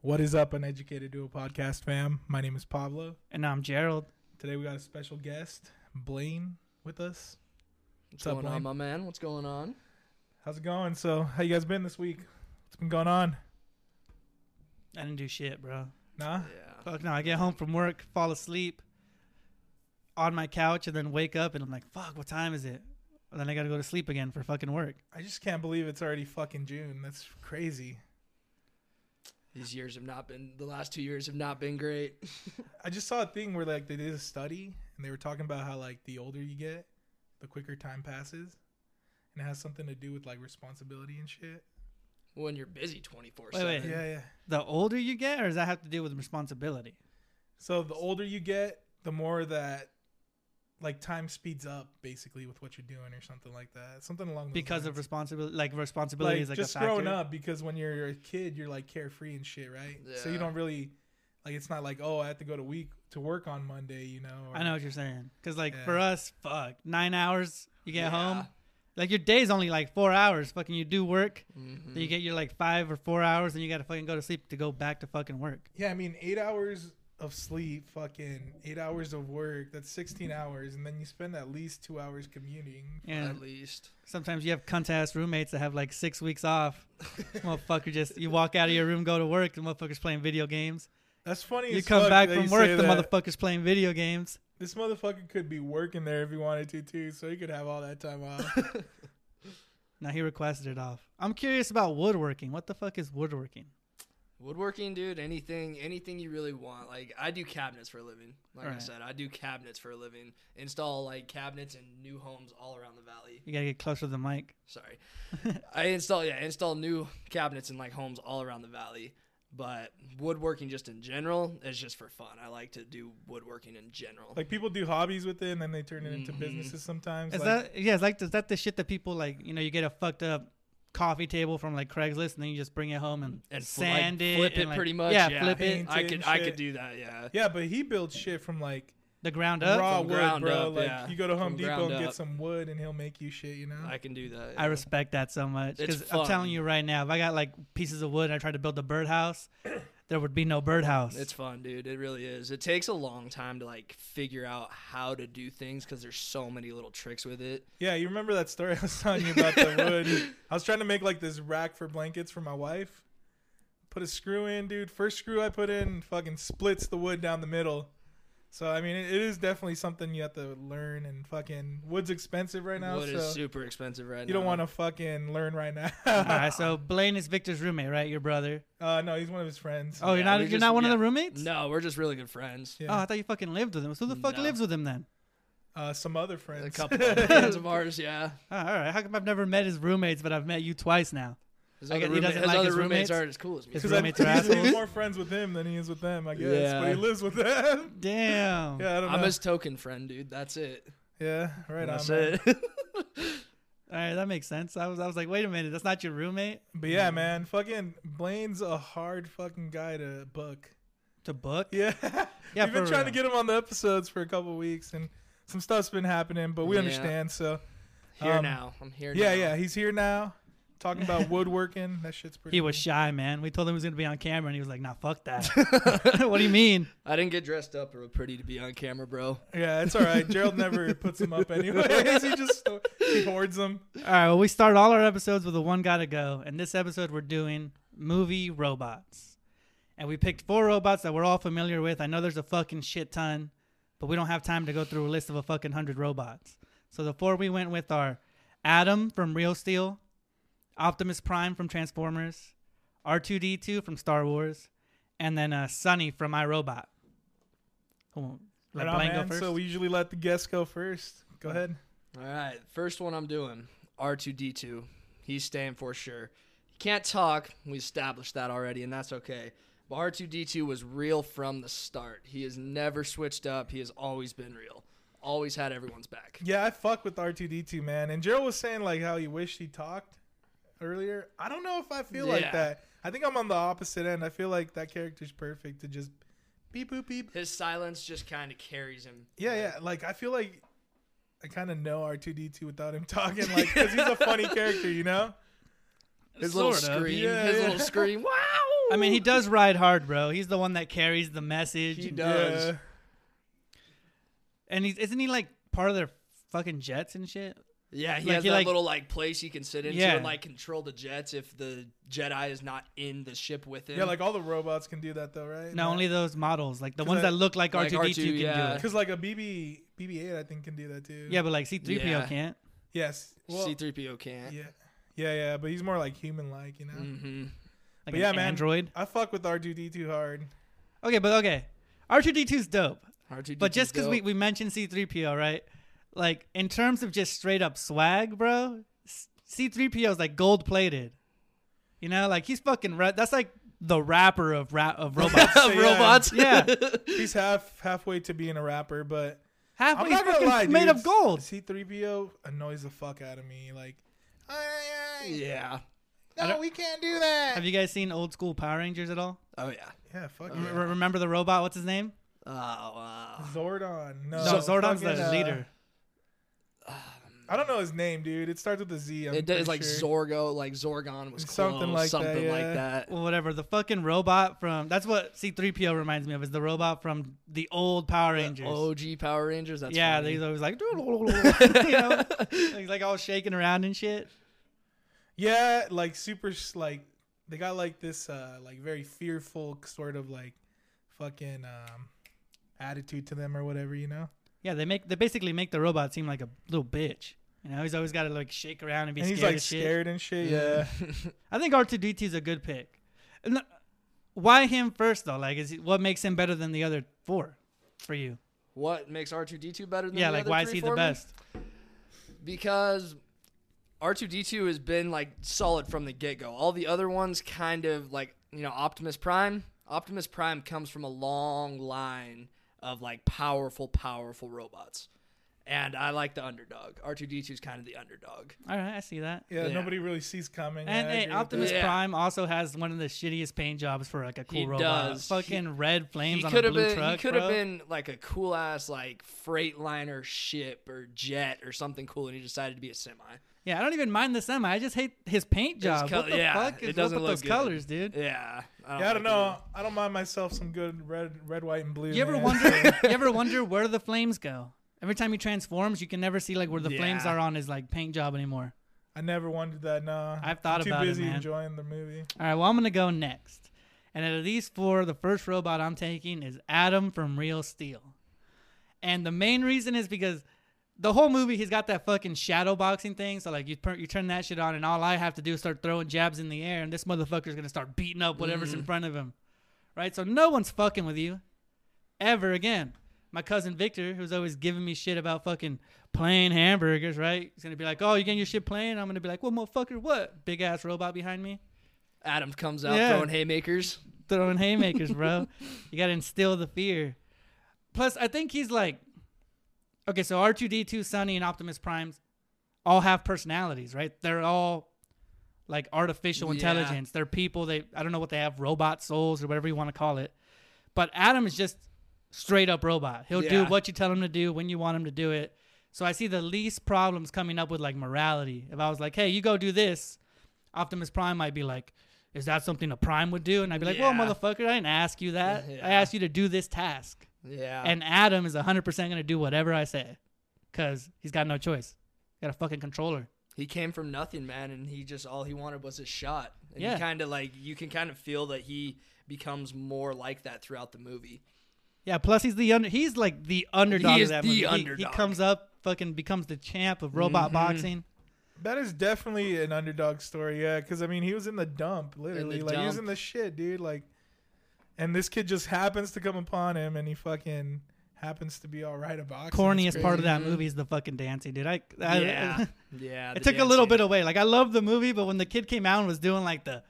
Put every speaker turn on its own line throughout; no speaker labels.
What is up, Uneducated Duo Podcast fam? My name is Pablo.
And I'm Gerald.
Today we got a special guest, Blaine, with us.
What's
What's up,
going
Blaine?
on, my man? What's going on?
How's it going? So, how you guys been this week? What's been going on?
I didn't do shit, bro.
Nah,
Yeah.
Fuck no. I get home from work, fall asleep on my couch, and then wake up, and I'm like, fuck, what time is it? And then I gotta go to sleep again for fucking work.
I just can't believe it's already fucking June. That's crazy.
These years have not been. The last two years have not been great.
I just saw a thing where like they did a study and they were talking about how like the older you get, the quicker time passes, and it has something to do with like responsibility and shit.
When you're busy twenty four
Wait,
seven.
wait.
Yeah, yeah.
The older you get, or does that have to do with responsibility?
So the older you get, the more that like time speeds up basically with what you're doing or something like that. Something along those
Because of
lines.
responsibility, like responsibility is like
just
a factor.
growing up because when you're a kid you're like carefree and shit right so you
Yeah.
don't really like it's not like oh i have to go to week to work on monday you know or-
I know what you're saying. Cause like
Yeah.
for us, fuck, nine hours. You get
Yeah.
home, like your day's only like four hours. Fucking, you do work, then
Mm-hmm.
you get your like five or four hours, and you gotta fucking go to sleep to go back to fucking work.
yeah i mean eight hours of sleep fucking eight hours of work that's 16 hours and then you spend at least two hours commuting
And
At least.
Sometimes you have cunt ass roommates that have like six weeks off. motherfucker, just you walk out of your room, go to work, the motherfucker's playing video games.
that's funny
You
as
come
fuck
back
that
from
you
work,
say
the
that.
motherfucker's playing video games.
this motherfucker could be working there if he wanted to too so he could have all that time off
Now he requested it off. I'm curious about woodworking. What the fuck is woodworking?
Woodworking, dude. Anything, anything you really want. Like I do cabinets for a living. Like I
Right.
said, I do cabinets for a living. Install like cabinets in new homes all around the valley.
You gotta get closer to the mic.
Sorry. I install yeah, I install new cabinets in like homes all around the valley. But woodworking just in general is just for fun. I like to do woodworking in general.
like people do hobbies with it and then they turn it
Mm-hmm.
into businesses sometimes
Is
like,
that yeah, it's like is that the shit that people like you know, you get a fucked up coffee table from like Craigslist and then you just bring it home and,
and fl- like,
sand it.
flip it
and, like-
pretty much.
Yeah,
Yeah,
flip it.
Paint
I
it
could
and
I
shit.
could do that. Yeah.
yeah but he builds shit from like
The ground up.
raw
From
wood,
ground
bro.
up,
like
yeah.
you go to Home
From
Depot
ground
and get
up.
some wood, and he'll make you shit. You know,
I can do that.
I
yeah.
respect that so much
It's
because I'm telling
fun.
you right now, if I got like pieces of wood and I tried to build a birdhouse, there would be no birdhouse.
It's fun, dude. It really is. It takes a long time to like figure out how to do things because there's so many little tricks with it.
yeah. You remember that story I was telling you about the wood? I was trying to make like this rack for blankets for my wife. Put a screw in, dude. First screw I put in fucking splits the wood down the middle. So I mean, it, it is definitely something you have to learn. And fucking wood's expensive right now,
Wood
so
is super expensive right now.
you don't want to fucking learn right now.
All right, so Blaine is Victor's roommate, right? Your brother.
uh, no, he's one of his friends.
Oh, you're
Yeah,
not
we
you're
just-
not one of
yeah.
the roommates.
No, we're just really good friends.
Yeah.
Oh, I thought you fucking lived with him. So who the fuck
No.
lives with him then?
Uh, some other friends.
A couple of friends of ours, yeah.
Oh, all right. How come I've never met his roommates, but I've met you twice now?
His
I
other,
guess he
roommate-
doesn't
his
like
other
his roommates?
roommates aren't as cool as me.
His
Because I
roommates are
he's
assholes.
more friends with him than he is with them, I guess. But
Yeah.
he lives with them.
Damn.
Yeah, I don't know.
I'm his token friend, dude. That's it.
Yeah, right
That's
on. man.
it.
All right, that makes sense. I was I was like, wait a minute, that's not your roommate
But yeah, man, fucking Blaine's a hard fucking guy to book.
to book.
Yeah.
Yeah,
We've been
for
trying to
real.
get him on the episodes for a couple weeks and some stuff's been happening, but we
Yeah.
understand. So
here
Um,
now. I'm here
yeah,
now.
yeah, he's here now talking about woodworking. That shit's pretty
He was
cool.
shy, man. We told him he was gonna be on camera, and he was like, "Nah, fuck that." what do you mean?
I didn't get dressed up or pretty to be on camera, bro.
Yeah, it's all right. Gerald never puts him up anyways. he just sto- he hoards them.
All right, well, we start all our episodes with a one gotta go. And this episode, we're doing movie robots. And we picked four robots that we're all familiar with. I know there's a fucking shit ton, but we don't have time to go through a list of a fucking hundred robots. So the four we went with are Adam from Real Steel, Optimus Prime from Transformers, R2D2 from Star Wars, and then uh, Sonny from iRobot. Who- Let
right on,
Blaine go
oh, man.
first.
So we usually let the guests go first. Go ahead.
All right, first one I'm doing R2D2. He's staying for sure. He can't talk. We established that already, and that's okay. But R2D2 was real from the start. He has never switched up. He has always been real. Always had everyone's back.
Yeah, I fuck with R two D two, man. And Gerald was saying like how he wished he talked earlier. I don't know if I feel
Yeah.
like that. I think I'm on the opposite end. I feel like that character's perfect to just beep boop beep.
His silence just kind of carries him.
Yeah, yeah. Like I feel like I kind of know R two D two without him talking, like because he's a funny character, you know.
His little
Sort of.
scream.
Yeah,
his
yeah.
little scream. Wow.
I mean, he does ride hard, bro. He's the one that carries the message.
He
and-
does. Does.
Uh, Yeah.
And he's, isn't he like part of their fucking jets and shit?
Yeah, he
Like,
has
he,
that
like-
little like place he can sit into
Yeah.
and like control the jets if the Jedi is not in the ship with him.
Yeah, like oh, all the robots can do that though, right?
No, only those models, like the
'Cause
ones
I-
that look like
Like
R2D2
R2,
can
yeah.
do it.
because like a BB BB eight, I think can do that too.
Yeah, but like C3PO
Yeah.
can't.
Yes. Well,
C3PO can't.
Yeah. Yeah, yeah, but he's more like human like, you know.
hmm
Like
But
an
yeah, man.
Mm-hmm. Android.
I fuck with R two D two hard.
Okay, but okay. R2D2's dope.
R2D2
But just because we, we mentioned C3PO, right? Like, in terms of just straight up swag, bro, s- C3PO is like gold plated. You know, like he's fucking, ra- that's like the rapper of, ra- of robots.
So, yeah,
robots.
yeah.
He's half halfway to being a rapper, but
Halfway
I'm
he's
not gonna
fucking
lie,
made
dude,
of gold.
C3PO annoys the fuck out of me. Like, "Ay, ay, ay,
Yeah.
no, we can't do that.
Have you guys seen old school Power Rangers at all?
Oh yeah.
yeah, fuck
Re-
yeah.
remember the robot? What's his name?
Oh wow.
Zordon. No,
No, Zordon's
fucking,
the
uh,
leader.
I don't know his name, dude. It starts with a Z. I'm
It
pretty
does like
sure.
Zorgo, like Zorgon was
Something
close,
like that,
something
yeah.
like that.
Well, whatever. The fucking robot from that's what C3PO reminds me of is the robot from the old Power Rangers.
OG Power Rangers. That's
yeah,
funny.
he's always like, you know, like, he's like all shaking around and shit.
Yeah, like super s- like they got like this uh like very fearful sort of like fucking um attitude to them or whatever, you know?
Yeah, they make they basically make the robot seem like a little bitch. You know, he's always got to like shake around and be
and
scared.
he's like
of shit. Mm-hmm.
scared and shit. Yeah.
I think R2D2 is a good pick. And the- why him first though? Like, is he, what makes him better than the other four for you?
What makes R two D two better than
Yeah,
the
like
other
why is
three
he the
for me?
best?
Because R two D two has been like solid from the get go. All the other ones kind of like you know Optimus Prime. Optimus Prime comes from a long line of like powerful, powerful robots, and I like the underdog. R two D two is kind of the underdog.
All right, I see that.
yeah,
Yeah.
nobody really sees coming.
And
I
hey,
agree with
Optimus
that.
Yeah.
Prime also has one of the shittiest paint jobs for like a cool
He
robot.
does.
Fucking red flames
he
on a
could have
blue
been
truck.
he could have
bro.
been like a cool ass like freight liner ship or jet or something cool and he decided to be a semi
Yeah, I don't even mind the semi. I just hate his paint job.
col-
what the
yeah,
fuck is
it
up
doesn't
with
look
those
good.
colors, dude?
yeah i
Yeah, I don't
like
know. I don't mind myself some good red, red, white, and blue.
You ever
man.
wonder? you ever wonder where the flames go? Every time he transforms, you can never see like where the flames
Yeah.
are on his like paint job anymore.
I never wondered that. Nah,
I've thought
I'm too
about it,
busy
man.
enjoying the movie.
All right, well I'm gonna go next, and out of these four, the first robot I'm taking is Adam from Real Steel, and the main reason is because the whole movie he's got that fucking shadow boxing thing. So like you per- you turn that shit on, and all I have to do is start throwing jabs in the air, and this motherfucker's gonna start beating up whatever's in front of him, right? So no one's fucking with you ever again. My cousin Victor, who's always giving me shit about fucking plain hamburgers, right? He's gonna be like, "Oh, you getting your shit plain?" I'm gonna be like, "Well, motherfucker, what? Big ass robot behind me."
adam comes out
Yeah.
throwing haymakers
throwing haymakers, bro. you gotta instill the fear. Plus, I think he's like, okay, so R two D two, Sonny, and Optimus Primes all have personalities, right? They're all like artificial
Yeah.
intelligence. They're people. They I don't know what they have, robot souls or whatever you want to call it. But Adam is just straight up robot. He'll do
Yeah.
what you tell him to do when you want him to do it. So I see the least problems coming up with like morality. If I was like, hey, you go do this, Optimus Prime might be like, is that something a Prime would do? And I'd be like, well,
Yeah.
motherfucker, I didn't ask you that.
Yeah.
I asked you to do this task.
yeah
And Adam is 100% going to do whatever I say because he's got no choice. Got a fucking controller.
he came from nothing man and he just all he wanted was a shot and
Yeah.
he kind of like you can kind of feel that he becomes more like that throughout the movie
Yeah, plus he's the under he's like the underdog Mm-hmm.
He
of
is
that
the
movie. He- He,
underdog.
comes up, fucking becomes the champ of robot boxing.
That is definitely an underdog story, yeah. Because I mean, he was in the dump, literally, like he was
dump.
in the shit, dude. Like, and this kid just happens to come upon him, and he fucking happens to be all right about.
corniest part of that movie is the fucking dancing, dude. I, I
yeah, yeah.
it took a little bit away. Like I love the movie, but when the kid came out and was doing like the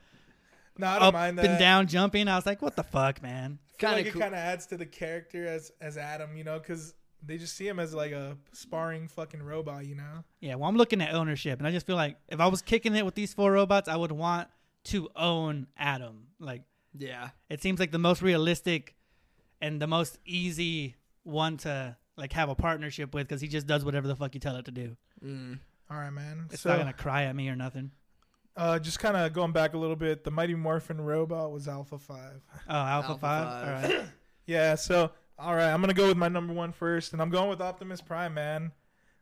No, I don't
up
mind
and
that.
down jumping, I was like, what the fuck, man?
feel
kind
like
of
it kind of adds to the character as as Adam, you know, because they just see him as like a sparring fucking robot, you know.
Yeah, well, I'm looking at ownership, and I just feel like if I was kicking it with these four robots, I would want to own Adam. Like,
Yeah,
it seems like the most realistic and the most easy one to like have a partnership with because he just does whatever the fuck you tell it to do.
All right, man.
It's
so,
not gonna cry at me or nothing.
uh, just kind of going back a little bit, the Mighty Morphin Robot was Alpha Five.
Oh, Alpha,
Alpha
Five.
Five.
All right.
Yeah. So, all right, I'm gonna go with my number one first, and I'm going with Optimus Prime, man.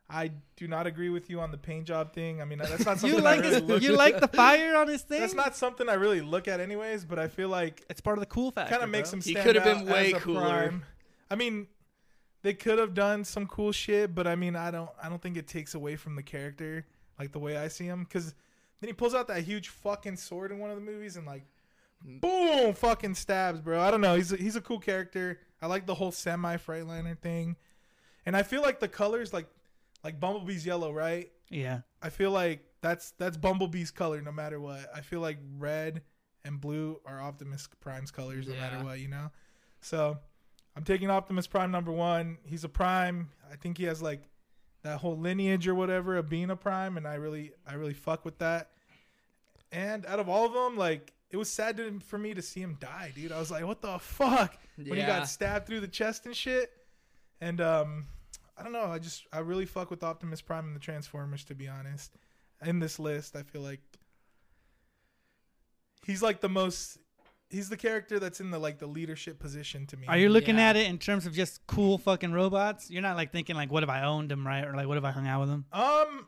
I do not agree with you on the paint job thing. I mean, that's not something
you
I
like
really
his,
look.
you like the fire on his thing.
that's not something I really look at, anyways. But I feel like
It's part of the cool factor.
kind of makes
bro.
him
He
stand
could've
out
been way
as a
cooler.
prime. I mean, they could have done some cool shit, but I mean, I don't, I don't think it takes away from the character, like the way I see him. Because then he pulls out that huge fucking sword in one of the movies and like, boom, fucking stabs, bro. I don't know. He's a, he's a cool character. I like the whole semi Freightliner thing, and I feel like the colors, like, like Bumblebee's yellow, right?
Yeah.
I feel like that's that's Bumblebee's color no matter what. I feel like red and blue are Optimus Prime's colors no
Yeah.
matter what, you know. So I'm taking Optimus Prime number one. He's a prime. I think he has like that whole lineage or whatever of being a prime, and I really I really fuck with that. And out of all of them, like it was sad to, for me to see him die, dude. I was like, what the fuck when he
Yeah.
got stabbed through the chest and shit. And um, I don't know. I just I really fuck with Optimus Prime and the Transformers to be honest. In this list, I feel like he's like the most. He's the character that's in the like the leadership position to me.
Are you looking
Yeah.
at it in terms of just cool fucking robots? You're not like thinking like, what if I owned them, right? Or like, what if I hung out with them?
Um,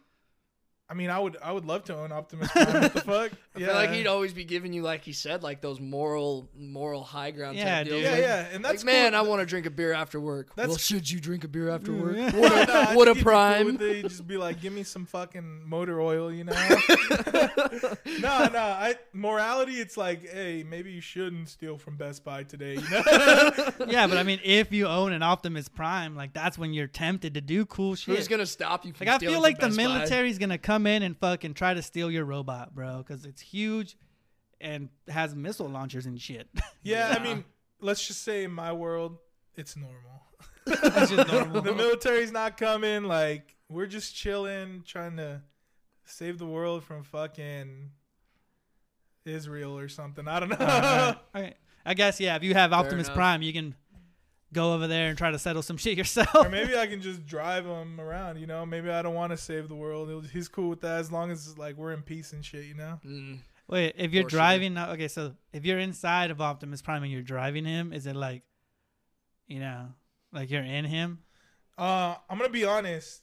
I mean, I would I would love to own Optimus Prime. what the fuck?
I feel like he'd always be giving you, like he said, like those moral, moral high ground.
Yeah,
type
dude.
deals.
yeah,
Like,
yeah. And that's
like, man,
cool.
I want to drink a beer after work.
That's-
well, should you drink a beer after work?
Yeah.
What a,
No, I
what
think it'd be
a
cool
prime.
if they just be like, give me some fucking motor oil, you know? no, no. I morality. It's like, hey, maybe you shouldn't steal from Best Buy today. You know?
yeah, but I mean, if you own an Optimus Prime, like that's when you're tempted to do cool shit.
Who's gonna stop you? From
Like I
stealing
feel
from
like the
Best Buy?
military's gonna come in and fucking try to steal your robot, bro, because it's huge and has missile launchers and shit.
yeah, I
Yeah.
mean, let's just say in my world, it's normal.
That's just normal.
the military's not coming. Like we're just chilling, trying to save the world from fucking Israel or something. I don't know.
Okay. I guess yeah. If you have Optimus
enough.
Prime, you can go over there and try to settle some shit yourself.
or maybe I can just drive him around. You know, maybe I don't want to save the world. He'll- He's cool with that as long as like we're in peace and shit. You know.
Mm.
Wait, if you're
Or should we-
driving, now- okay, so if you're inside of Optimus Prime and you're driving him, is it like, you know, like you're in him?
Uh, I'm gonna be honest.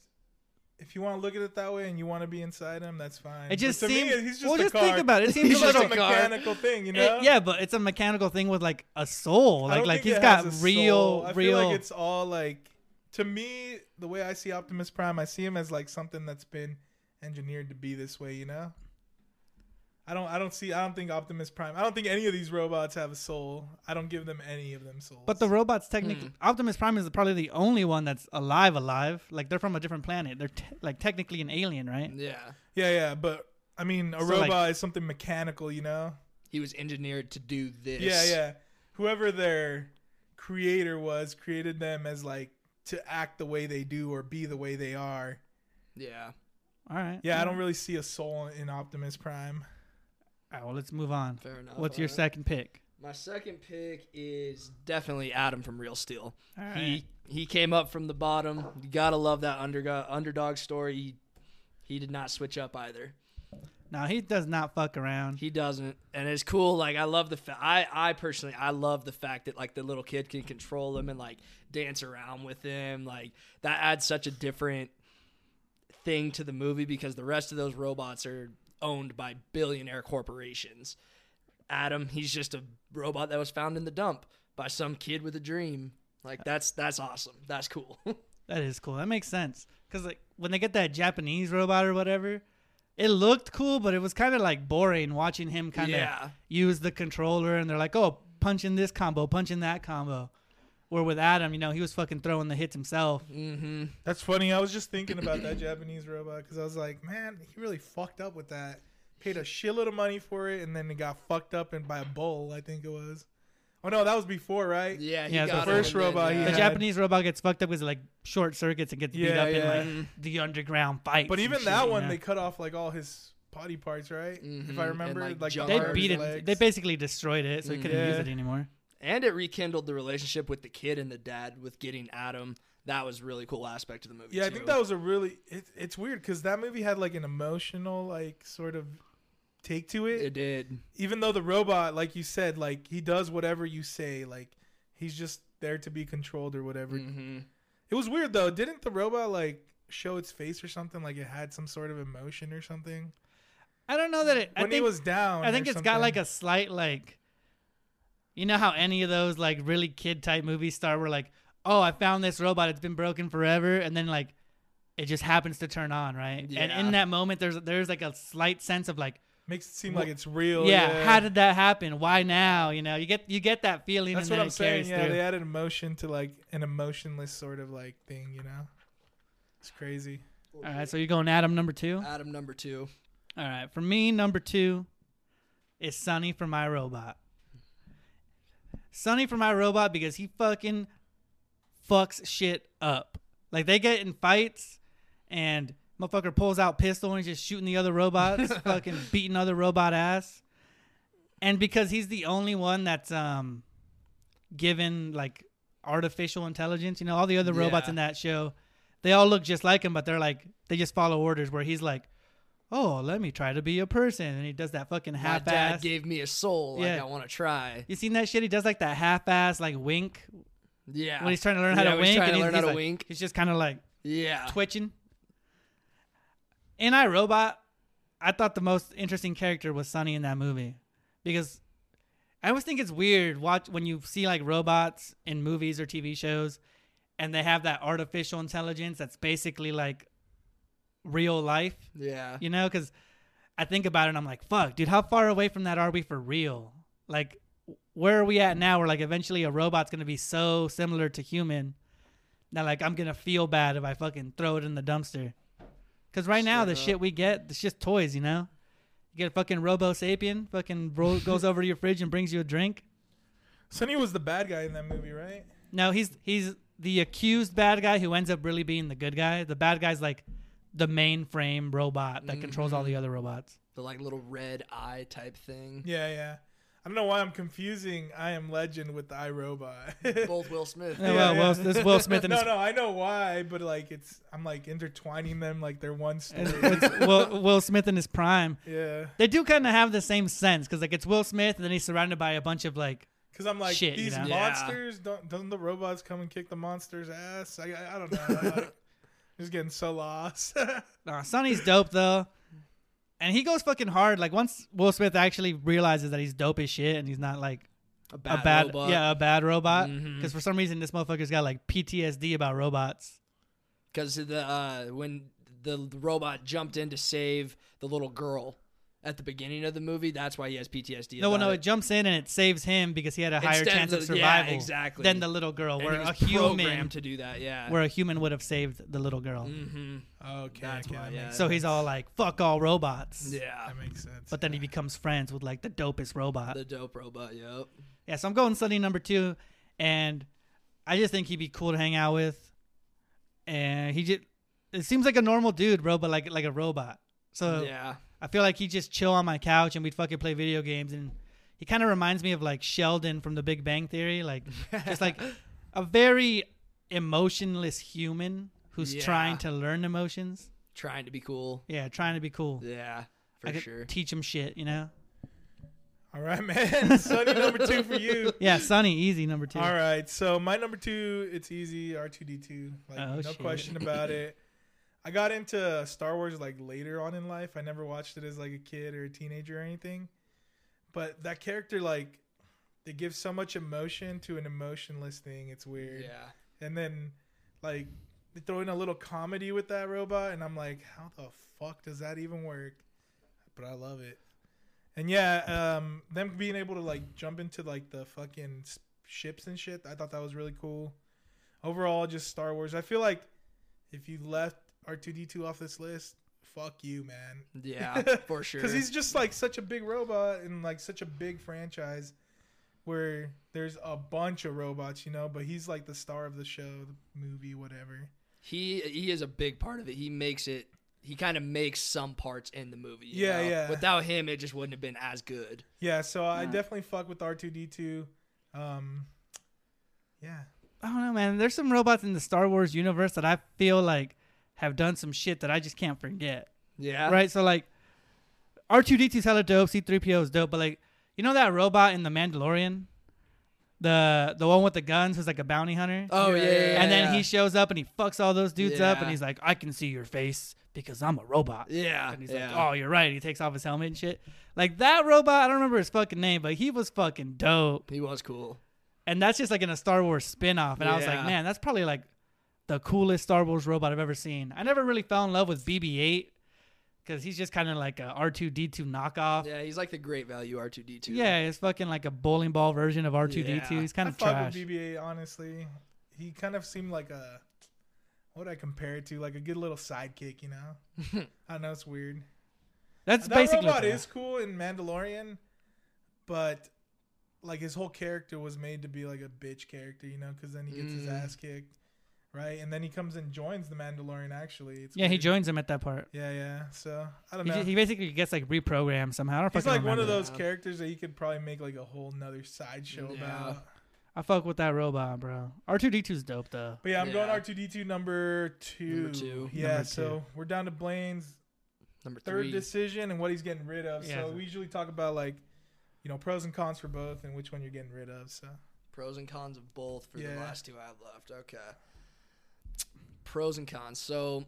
If you want to look at it that way and you want to be inside him, that's fine.
It just
but to
seems.
me, he's just
well,
a
just
car.
think about it. It seems
He's
a
just
little.
a
car.
mechanical thing, you
it-
know.
yeah, but it's a mechanical thing with like a soul.
I
Like
don't
like
think
he's
it
got
has a
real,
soul. I
real.
feel like it's all like to me the way I see Optimus Prime, I see him as like something that's been engineered to be this way, you know. I don't. I don't see. I don't think Optimus Prime. I don't think any of these robots have a soul. I don't give them any of them souls.
but the robots
Hmm.
technically, Optimus Prime is probably the only one that's alive, alive. Like they're from a different planet. They're te- like technically an alien, right?
Yeah,
yeah, yeah. But I mean, a
So, like-
robot is something mechanical, you know.
he was engineered to do this.
Yeah, yeah. Whoever their creator was created them as like to act the way they do or be the way they are.
yeah.
All right.
Yeah, I don't really see a soul in Optimus Prime.
All right. Well, let's move on.
Fair enough,
What's your
all right.
second pick?
My second pick is definitely Adam from Real Steel.
All right.
He he came up from the bottom. You gotta love that undergo- underdog story. He, he did not switch up either.
now he does not fuck around.
He doesn't, and it's cool. Like I love the fa- I I personally I love the fact that like the little kid can control him and like dance around with him. Like that adds such a different thing to the movie because the rest of those robots are owned by billionaire corporations. Adam, he's just a robot that was found in the dump by some kid with a dream. Like that's that's awesome. That's cool.
That is cool. That makes sense. Cause like when they get that Japanese robot or whatever, it looked cool, but it was kind of like boring watching him kind of
Yeah.
use the controller. And they're like, "Oh, punching this combo, punching that combo." Where with Adam, you know, he was fucking throwing the hits himself.
Mm-hmm.
That's funny. I was just thinking about that Japanese robot because I was like, man, he really fucked up with that. Paid a shitload of money for it, and then it got fucked up and by a bull. I think it was. Oh no, that was before, right?
Yeah, he
Yeah, it's
got
the
him
first
and then, uh,
robot he
yeah.
The
had.
Japanese robot gets fucked up because it like short circuits and gets beat
Yeah,
up
yeah.
in like the underground fights.
But
and
even
shit,
that
you
one,
know?
they cut off like all his body parts, right? If
Mhm,
I
and,
remember,
like,
like, the
junk
they
Arms,
beat it.
legs.
They basically destroyed it, so he couldn't
Yeah.
use it anymore.
and it rekindled the relationship with the kid and the dad with getting Adam. That was a really cool aspect of the movie.
Yeah, I
too.
think that was a really. It, it's weird because that movie had like an emotional, like sort of take to it.
it did.
Even though the robot, like you said, like he does whatever you say, like he's just there to be controlled or whatever.
hmm
It was weird though. Didn't the robot like show its face or something? Like it had some sort of emotion or something
I don't know that it. I
when
think
he was down.
I think
it's
it's got like a slight like you know how any of those like really kid type movies start where like, oh, I found this robot, it's been broken forever, and then like it just happens to turn on, right? And
Yeah.
in that moment there's there's like a slight sense of like,
makes it seem like it's real.
yeah, how did that happen? Why now? You know, you get you get that feeling
That's
and
what
then
I'm
it carries
saying. Yeah,
through.
they added emotion to like an emotionless sort of like thing. You know, it's crazy.
All right, so you're going Adam number two?
Adam number two.
All right, for me, number two is Sonny for my robot. Sonny for my robot because he fucking fucks shit up. Like they get in fights, and motherfucker pulls out pistol and he's just shooting the other robots, fucking beating other robot ass. And because he's the only one that's um given like artificial intelligence, you know, all the other robots
Yeah.
in that show, they all look just like him, but they're like they just follow orders. Where he's like, "Oh, let me try to be a person," and he does that fucking
My dad
half-ass.
gave me a soul. Like
Yeah.
I want to try.
you seen that shit? He does like that half-ass like wink
Yeah.
when he's trying to learn how
Yeah,
to
when
wink.
He's trying
and
to
he's,
learn how
he's
to
like-
wink. Uh.
He's just kind of like
Yeah.
twitching. In iRobot, I thought the most interesting character was Sonny in that movie because I always think it's weird watch when you see like robots in movies or TV shows and they have that artificial intelligence that's basically like real life,
Yeah.
you know? Because I think about it and I'm like, fuck, dude, how far away from that are we for real? Like, where are we at now where like eventually a robot's gonna be so similar to human that like I'm gonna feel bad if I fucking throw it in the dumpster. Cause right now the
Straight up.
shit we get, it's just toys, you know? You get a fucking Robo Sapien, fucking ro- goes over to your fridge and brings you a drink.
Sonny was the bad guy in that movie, right?
No, he's he's the accused bad guy who ends up really being the good guy. The bad guy's like the mainframe robot that controls all the other robots.
The like little red eye type thing.
Yeah, yeah. I don't know why I'm confusing I Am Legend with the iRobot.
Both Will Smith.
Yeah, well, Will- this is Will Smith and
no,
his-
no, I know why, but like it's I'm like intertwining them like they're one story.
Will, Will Smith in his prime.
yeah,
They do kind of have the same sense because like it's Will Smith and then he's surrounded by a bunch of like
because I'm like
Shit, you
these
know?
Yeah.
monsters. Don't doesn't the robots come and kick the monsters' ass? I I, I don't know. I'm like, just getting so lost.
Nah, Sonny's dope though. And he goes fucking hard. Like once Will Smith actually realizes that he's dope as shit and he's not like
A bad,
a bad
robot. Mm-hmm.
yeah, a bad robot. Because for some reason this motherfucker's got like PTSD about robots.
Because the uh, when the, the robot jumped in to save the little girl at the beginning of the movie, that's why he has PTSD.
No, well,
about
no,
it.
it jumps in and it saves him because he had a higher
Instead of
chance of
the- yeah,
survival
exactly.
than the little girl,
And
where
he was
a human
programmed to do that. Yeah.
where a human would have saved the little girl.
hmm
okay,
That's
okay,
why,
that
yeah.
makes
So he's all like, "Fuck all robots."
Yeah.
that makes sense.
But then he becomes friends with like the dopest robot.
The dope robot. Yep.
Yeah, so I'm going Sunday number two, and I just think he'd be cool to hang out with. And he just it seems like a normal dude, bro, but like like a robot. So
Yeah.
I feel like he'd just chill on my couch and we'd fucking play video games. And he kind of reminds me of like Sheldon from The Big Bang Theory, like just like a very emotionless human who's
Yeah.
trying to learn emotions.
Trying to be cool.
Yeah, trying to be cool.
Yeah. For
I could
sure.
teach him shit, you know.
all right, man. Sonny number two for you.
Yeah, Sonny, easy number two.
All right, so my number two, it's easy. R two D two, like
Oh,
no
shit.
question about it. I got into Star Wars like later on in life. I never watched it as like a kid or a teenager or anything. But that character, like, they give so much emotion to an emotionless thing. It's weird.
Yeah.
And then, like, they throw in a little comedy with that robot, and I'm like, how the fuck does that even work? But I love it. And yeah, um, them being able to like jump into like the fucking s- ships and shit. I thought that was really cool. Overall, just Star Wars. I feel like if you left R two D two off this list, fuck you, man.
Yeah, for sure.
Because he's just like such a big robot and like such a big franchise where there's a bunch of robots, you know, but he's like the star of the show, the movie, whatever.
he he is a big part of it. He makes it. He kind of makes some parts in the movie. you
Yeah,
know?
yeah.
Without him, it just wouldn't have been as good.
Yeah, so I definitely fuck with R two D two. Um, yeah,
I don't know, man. There's some robots in the Star Wars universe that I feel like have done some shit that I just can't forget.
Yeah.
Right? So like R2D2's hella dope, C3PO is dope, but like you know that robot in The Mandalorian? The the one with the guns who's like a bounty hunter?
Oh yeah. yeah, yeah,
and then
yeah.
he shows up and he fucks all those dudes up and
Yeah.
he's like, I can see your face because I'm a robot.
Yeah,
And he's like,
yeah.
Oh, you're right. He takes off his helmet and shit. Like that robot, I don't remember his fucking name, but he was fucking dope.
he was cool.
And that's just like in a Star Wars spin off. And I was like,
Yeah.
man, that's probably like the coolest Star Wars robot I've ever seen. I never really fell in love with BB 8 because he's just kind of like a R2D2 knockoff. Yeah.
Yeah, he's like the great value R two D two.
it's fucking like a bowling ball version of R2D2.
Yeah.
He's kind
I
of
fuck
trash.
with BB-8 honestly. He kind of seemed like a what would I compare it to, like a good little sidekick, you know. I know it's weird.
That's
that
basically
robot
what-
is cool in Mandalorian, but like his whole character was made to be like a bitch character, you know, because then he gets his
Mm.
ass kicked, right? And then he comes and joins the Mandalorian. Actually, it's
Yeah, he
weird.
joins him at that part.
Yeah, yeah. So I don't
He,
know.
ju- he basically gets like reprogrammed somehow. I don't
He's
fucking
like one of
remember.
those
that.
characters that you could probably make like a whole nother side show
Yeah.
about.
I fuck with that robot, bro. R two D 2s dope though.
But yeah, I'm going
Yeah.
R two D two number two.
Number two.
Yeah,
Number two.
so we're down to Blaine's
Number
third
three.
decision and what he's getting rid of.
Yeah.
So we usually talk about like, you know, pros and cons for both and which one you're getting rid of. So
pros and cons of both for
Yeah.
the last two I have left. Okay. Pros and cons. So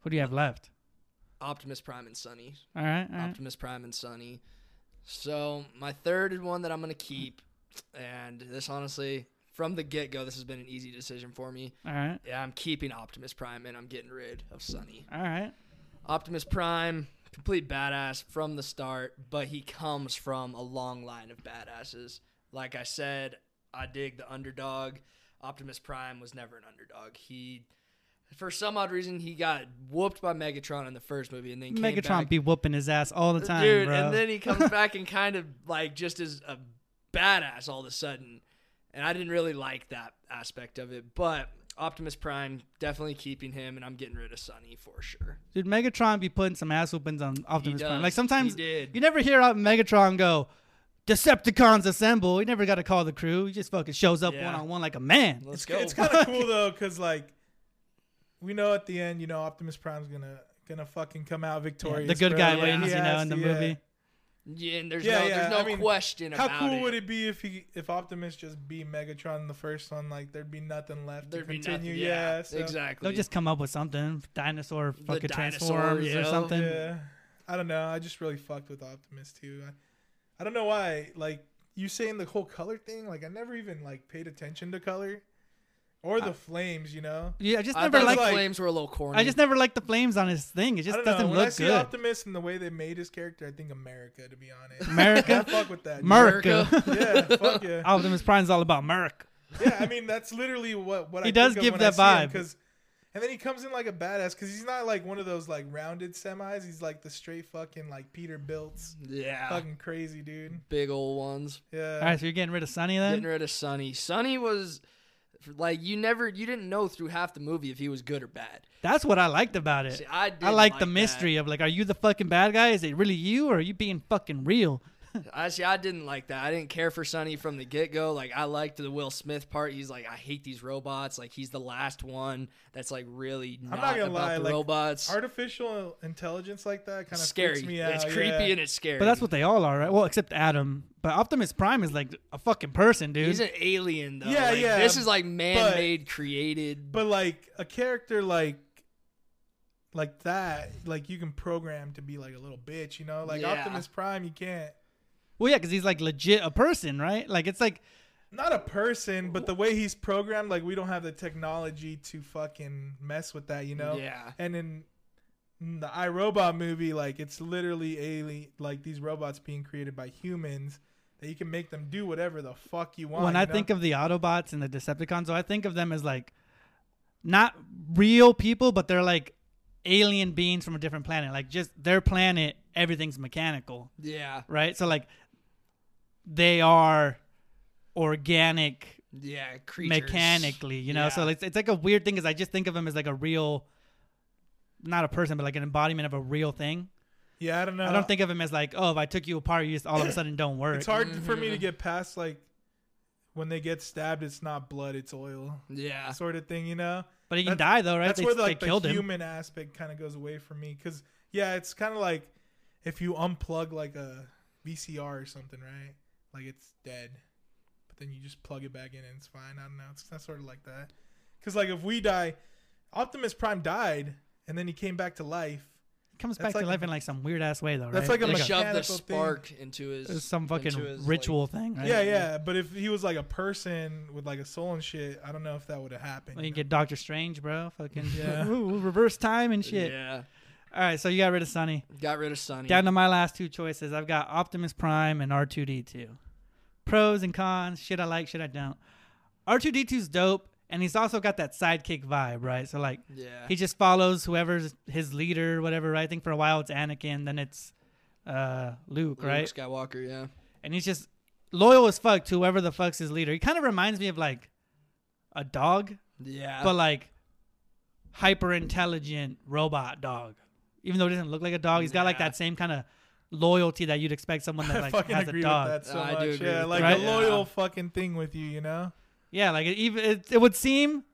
Who do you have left?
Optimus Prime and Sunny.
All right, all right.
Optimus Prime and Sunny. So my third is one that I'm gonna keep, and this honestly, from the get go, this has been an easy decision for me.
All right.
Yeah, I'm keeping Optimus Prime and I'm getting rid of Sunny.
All right.
Optimus Prime, complete badass from the start, but he comes from a long line of badasses. Like I said, I dig the underdog. Optimus Prime was never an underdog. He, for some odd reason, he got whooped by Megatron in the first movie, and then came
Megatron
back,
be whooping his ass all the time,
dude,
bro.
and then he comes back and kind of like just is a badass all of a sudden, and I didn't really like that aspect of it. But Optimus Prime definitely keeping him, and I'm getting rid of Sunny for sure.
Dude, Megatron be putting some ass whoopings on Optimus Prime.
does.
Like
He
sometimes
did.
you never hear out Megatron go, "Decepticons assemble." You never got to call the crew. He just fucking shows up
Yeah.
one on one like a man.
Let's
it's,
go.
it's kind of cool though, because like, we know at the end, you know, Optimus Prime's gonna gonna fucking come out
Yeah,
victorious.
the good
bro.
guy
yeah.
wins,
He
you know,
has
in
to,
the
yeah.
movie.
Yeah, and there's
Yeah,
no,
yeah,
there's no
I mean,
question
How
about
cool
it.
would it be if he if Optimus just beat Megatron in the first one? Like there'd be nothing left
There'd
to
be
continue.
nothing.
yeah,
Yeah,
so-
exactly.
They'll just come up with something, dinosaur fucking transforms
dinosaurs,
or
though.
something.
Yeah, I don't know. I just really fucked with Optimus too. I, I don't know why. Like you saying the whole color thing. Like I never even like paid attention to color, or the flames. You know.
Yeah, I just
I
never
thought
like.
the
like-
flames were a little corny.
I just never liked the flames on his thing. It
I
just
don't know.
doesn't
When I
look
see
good.
Optimus and the way they made his character, I think America. To be honest, I
America,
fuck with that. dude.
America.
yeah, fuck yeah.
Optimus Prime's all about Merc.
Yeah, I mean that's literally what what
He
I
does
think
give
of
that
when I see him,
vibe.
'cause- and then he comes in like a badass because he's not like one of those like rounded semis. He's like the straight fucking like Peter Bilt's
yeah,
fucking crazy dude.
big old ones.
Yeah.
All right, so you're getting rid of Sunny then?
Getting rid of Sonny. Sonny was like you never, you didn't know through half the movie if he was good or bad.
That's what I liked about it.
See, I did
I like
like
the
that.
mystery of like, are you the fucking bad guy? Is it really you, or are you being fucking real?
I see. I didn't like that. I didn't care for Sonny from the get go. Like I liked the Will Smith part. He's like, I hate these robots. Like he's the last one that's like really not,
I'm not gonna
about
lie,
the
like,
robots.
Artificial intelligence like that kind of
scary.
freaks me out.
it's creepy
yeah.
and it's scary.
But that's what they all are, right? Well, except Adam. But Optimus Prime is like a fucking person, dude.
He's an alien though.
Yeah,
Like,
yeah,
This is like man-made, created.
But like a character like like that, like you can program to be like a little bitch, you know? Like
Yeah.
Optimus Prime, you can't.
well, yeah, because he's like legit a person, right? Like it's like
Not a person, but the way he's programmed, like we don't have the technology to fucking mess with that, you know?
Yeah.
And in in the iRobot movie, like it's literally alien, like these robots being created by humans. that you can make them do whatever the fuck you want.
when
you
I
know?
think of the Autobots and the Decepticons, so I think of them as like not real people, but they're like alien beings from a different planet. Like just their planet, everything's mechanical,
Yeah.
right? So like they are organic
Yeah. Creatures.
mechanically, you know. So
Yeah.
it's it's like a weird thing because I just think of them as like a real, not a person, but like an embodiment of a real thing.
yeah, I don't know.
I don't think of him as like, oh, if I took you apart, you just all of a sudden don't work.
Uh, it's hard for
Mm-hmm.
me to get past like when they get stabbed, it's not blood, it's oil,
Yeah.
sort of thing. You know.
But he can
That's-
die though, right?
That's
They-
where
they
like the
killed him.
human aspect kind of goes away for me because yeah, it's kind of like if you unplug like a VCR or something, right? Like it's dead, but then you just plug it back in and it's fine. I don't know. It's not sort of like that because like if we die, Optimus Prime died and then he came back to life.
comes
That's
back to
like-
life in like some weird ass way though,
That's
right?
like
They
a
shove the
mechanical thing.
spark into
It's
his
some
into
fucking
his, like-
ritual thing, right?
Yeah, yeah, but if he was like a person with like a soul and shit, I don't know if that would have happened.
Well, you
you know?
get Doctor Strange, bro. Fucking
Yeah.
Ooh, reverse time and shit.
Yeah.
All right, so you got rid of Sonny.
Got rid of Sunny.
Down to my last two choices. I've got Optimus Prime and R2D2. Pros and cons, shit I like, shit I don't. R2D2's dope, and he's also got that sidekick vibe, right? So like
yeah.
he just follows whoever's his leader, whatever. Right? I think for a while it's Anakin, then it's uh, Luke,
Luke
right?
Skywalker. Yeah.
And he's just loyal as fuck to whoever the fuck's his leader. He kind of reminds me of like a dog,
Yeah.
but like hyper intelligent robot dog. Even though it doesn't look like a dog, he's got like
Yeah.
that same kind of loyalty that you'd expect someone that
I
like
fucking
has
agree
a dog.
with that so
I do
much.
agree
yeah,
with
like
that.
a
Right?
loyal
Yeah.
fucking thing with you, you know?
Yeah, like it, even it, it would seem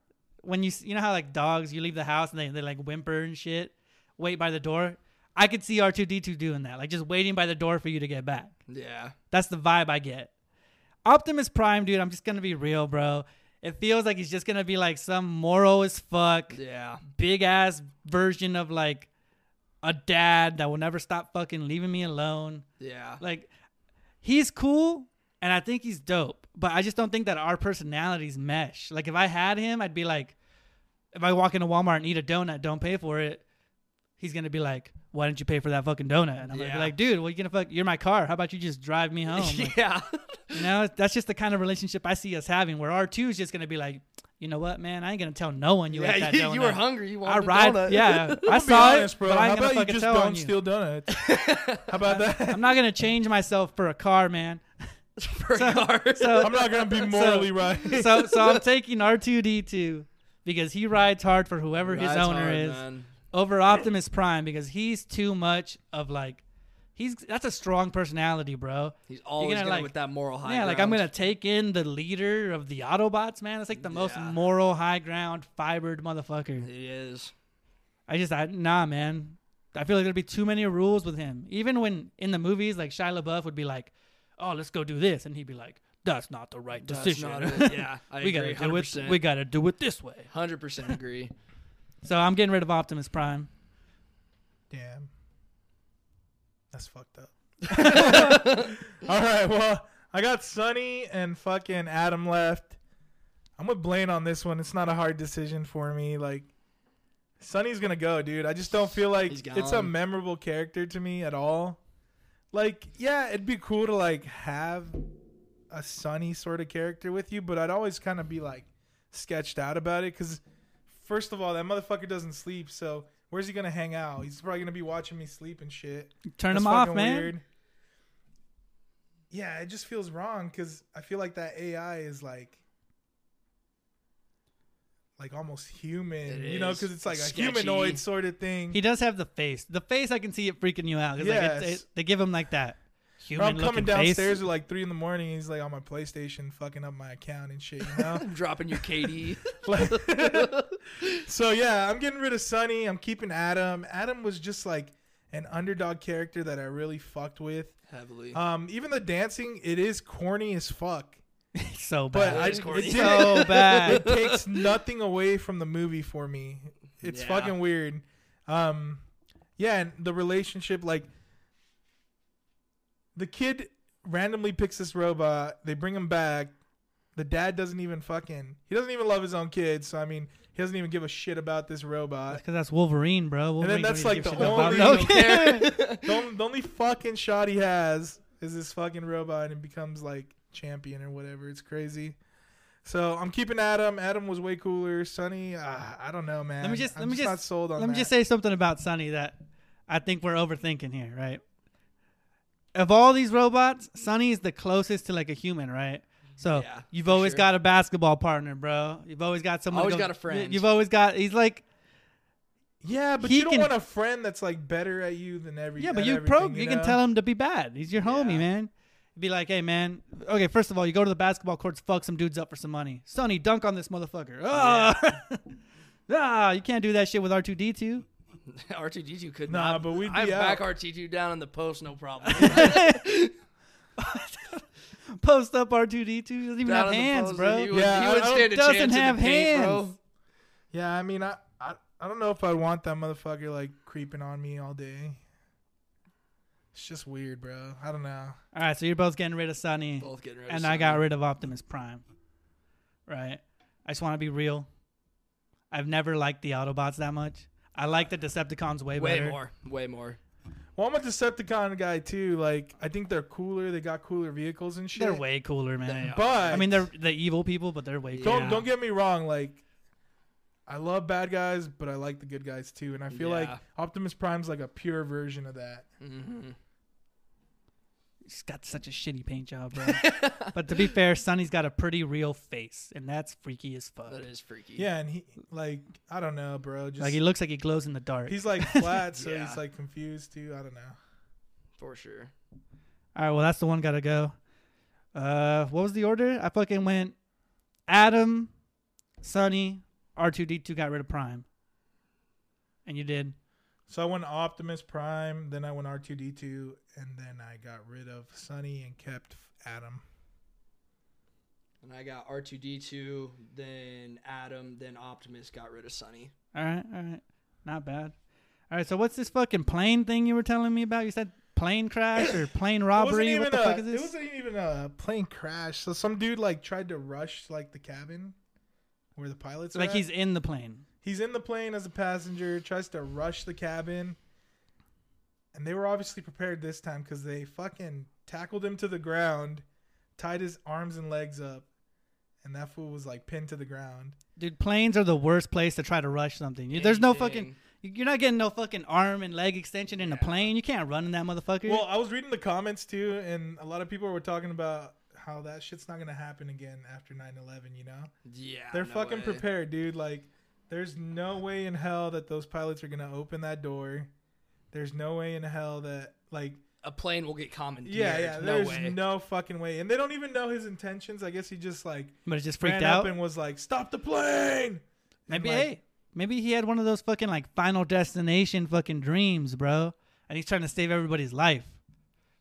when you s- you know how like dogs you leave the house and they, they like whimper and shit, wait by the door. I could see R two D two doing that, like just waiting by the door for you to get back.
yeah.
That's the vibe I get. Optimus Prime, dude, I'm just gonna be real, bro. It feels like he's just gonna be like some moral as fuck,
Yeah.
big ass version of like a dad that will never stop fucking leaving me alone.
Yeah.
Like he's cool and I think he's dope, but I just don't think that our personalities mesh. Like if I had him, I'd be like if I walk into Walmart and eat a donut, don't pay for it, he's gonna be like, Why didn't you pay for that fucking donut? And I'm gonna
Yeah.
be like, dude, well you gonna fuck you're my car. How about you just drive me home? Like,
yeah.
you know, that's just the kind of relationship I see us having where R two is just gonna be like, you know what, man, I ain't gonna tell no one you ate
yeah
that
you,
donut.
you were hungry. You wanted
I
a
ride,
donut.
yeah. I
I'll be
saw
honest,
it,
bro.
but I
How
ain't gonna
about you
fucking
just
tell on
don't
you.
steal donuts? How about that?
I'm not gonna change myself for a car, man.
For cars.
So,
I'm not gonna be morally right.
so, so I'm taking R2D2 because he rides hard for whoever his
Rides
owner
hard,
is
man.
over Optimus Prime because he's too much of like, he's that's a strong personality, bro.
He's always
gonna,
gonna,
like-
with that moral high.
yeah, like I'm
ground.
gonna take in the leader of the Autobots, man. That's like the most
Yeah.
moral high ground, fibered motherfucker.
He is.
I just, I, nah, man. I feel like there'd be too many rules with him. Even when in the movies, like Shia LaBeouf would be like, "Oh, let's go do this," and he'd be like, "That's not the right
That's
decision.
not it. Yeah, I
we
agree.
gotta do it.
100%.
We gotta do it this way."
Hundred percent agree.
So I'm getting rid of Optimus Prime.
Damn. That's fucked up. All right, well, I got Sonny and fucking Adam left. I'm with Blaine on this one. It's not a hard decision for me. Like, Sonny's gonna go, dude. I just don't feel like
He's
it's a
gone.
memorable character to me at all. Like, yeah, it'd be cool to like have a Sonny sort of character with you, but I'd always kind of be like sketched out about it because, first of all, that motherfucker doesn't sleep. So where's he gonna hang out? He's probably gonna be watching me sleep and shit.
Turn
That's
him off,
fucking
man.
weird. Yeah, it just feels wrong because I feel like that AI is like, like almost human,
It
you know,
is.
because it's like
Sketchy.
a humanoid sort of thing.
He does have the face. The face, I can see it freaking you out. 'cause, like, it's-
Yes.
it- they give him like that
Bro,
human
I'm coming
looking
downstairs
face.
at like three in the morning. And he's like on my PlayStation, fucking up my account and shit. You know.
I'm dropping your KD.
so yeah, I'm getting rid of Sonny. I'm keeping Adam. Adam was just like an underdog character that I really fucked with.
Heavily.
Uh,
Um, even the dancing, it is corny as fuck.
so
But
bad.
I
is corny.
it didn't-
so bad.
it takes nothing away from the movie for me. It's
Yeah.
fucking weird. Um, yeah, and the relationship, like the kid randomly picks this robot. They bring him back. The dad doesn't even fucking. He doesn't even love his own kid. So I mean, he doesn't even give a shit about this robot.
Because that's Wolverine, bro. Wolverine
that's, like,
doesn't give
the
a shit
only-
about Robin. Okay.
the, on- the only fucking shot he has is this fucking robot and becomes like champion or whatever. It's crazy. So I'm keeping Adam. Adam was way cooler. Sonny, uh, I don't know, man.
Let me just
I'm
let me just,
not sold on.
let me
that.
just say something about Sonny that I think we're overthinking here, right? Of all these robots, Sonny is the closest to like a human, right? So
Yeah,
you've
for
always
sure.
got a basketball partner, bro. You've always got someone. to
Always
go-
got a friend.
You've always got. He's like
yeah, but
he
you don't
can-
want a friend that's like better at you than every.
Yeah, but
at
you
everything,
pro you, can
know?
tell him to be bad. He's your homie,
Yeah.
man. Be like, hey man, okay, first of all, you go to the basketball courts, fuck some dudes up for some money. Sonny, dunk on this motherfucker. Ah, ah you can't do that shit with R two D two.
R2D2 could
Nah,
not.
but we'd
I
be
back
out.
R2D2 down in the post, no problem.
Post up R two D two. Doesn't even
Down
have
in the
hands,
post,
bro.
He would,
Yeah,
he
I
would
don't-
stand a
doesn't
chance in the
have
paint, bro.
hands.
Yeah, I mean, I, I I don't know if I'd want that motherfucker like creeping on me all day. It's just weird, bro. I don't know.
All right, so you're both getting rid of Sonny,
Both getting rid of
and I got
Sonny.
rid of Optimus Prime. Right. I just want to be real. I've never liked the Autobots that much. I like the Decepticons way,
way
better.
more, way more.
Well, I'm a Decepticon guy too. Like, I think they're cooler. They got cooler vehicles and shit.
They're way cooler, man.
They are.
But
I mean, they're the evil people, but they're way cooler.
don't
yeah.
don't get me wrong. Like, I love bad guys, but I like the good guys too. And I feel like
Yeah.
Optimus Prime's like a pure version of that.
Mhm.
He's got such a shitty paint job, bro. but to be fair, Sonny's got a pretty real face, and that's freaky as fuck.
That is freaky.
Yeah, and he like I don't know, bro. Just
Like he looks like he glows in the dark.
he's like flat, so
Yeah.
he's like confused too. I don't know.
for sure.
All right, well that's the one gotta go. Uh, what was the order? I fucking went Adam, Sonny, R two D two got rid of Prime, and you did.
So I went Optimus Prime, then I went R2D2, and then I got rid of Sonny and kept Adam.
And I got R2D2, then Adam, then Optimus got rid of Sonny.
All right, all right, not bad. All right, so what's this fucking plane thing you were telling me about? You said plane crash or plane robbery? What the
a,
fuck is
It
this?
wasn't even a plane crash. So some dude like tried to rush like the cabin where the pilots are
Like
at.
he's in the plane.
he's in the plane as a passenger, tries to rush the cabin, and they were obviously prepared this time because they fucking tackled him to the ground, tied his arms and legs up, and that fool was like pinned to the ground.
Dude, planes are the worst place to try to rush something. You- There's no fucking.
Anything.
You're not getting no fucking arm and leg extension in a plane. You can't run in that motherfucker.
Well, I was reading the comments too, and a lot of people were talking about how that shit's not gonna happen again after 9-11, You know,
Yeah.
they're
no
fucking
way.
prepared, dude. Like, there's no way in hell that those pilots are gonna open that door. There's no way in hell that like
A plane will get commandeered.
yeah yeah
No
there's
way.
no fucking way, and they don't even know his intentions. I guess he just like
but it just freaked
ran
out.
up and was like, "Stop the plane!"
maybe
like-
hey, maybe he had one of those fucking like Final Destination fucking dreams, bro. And he's trying to save everybody's life.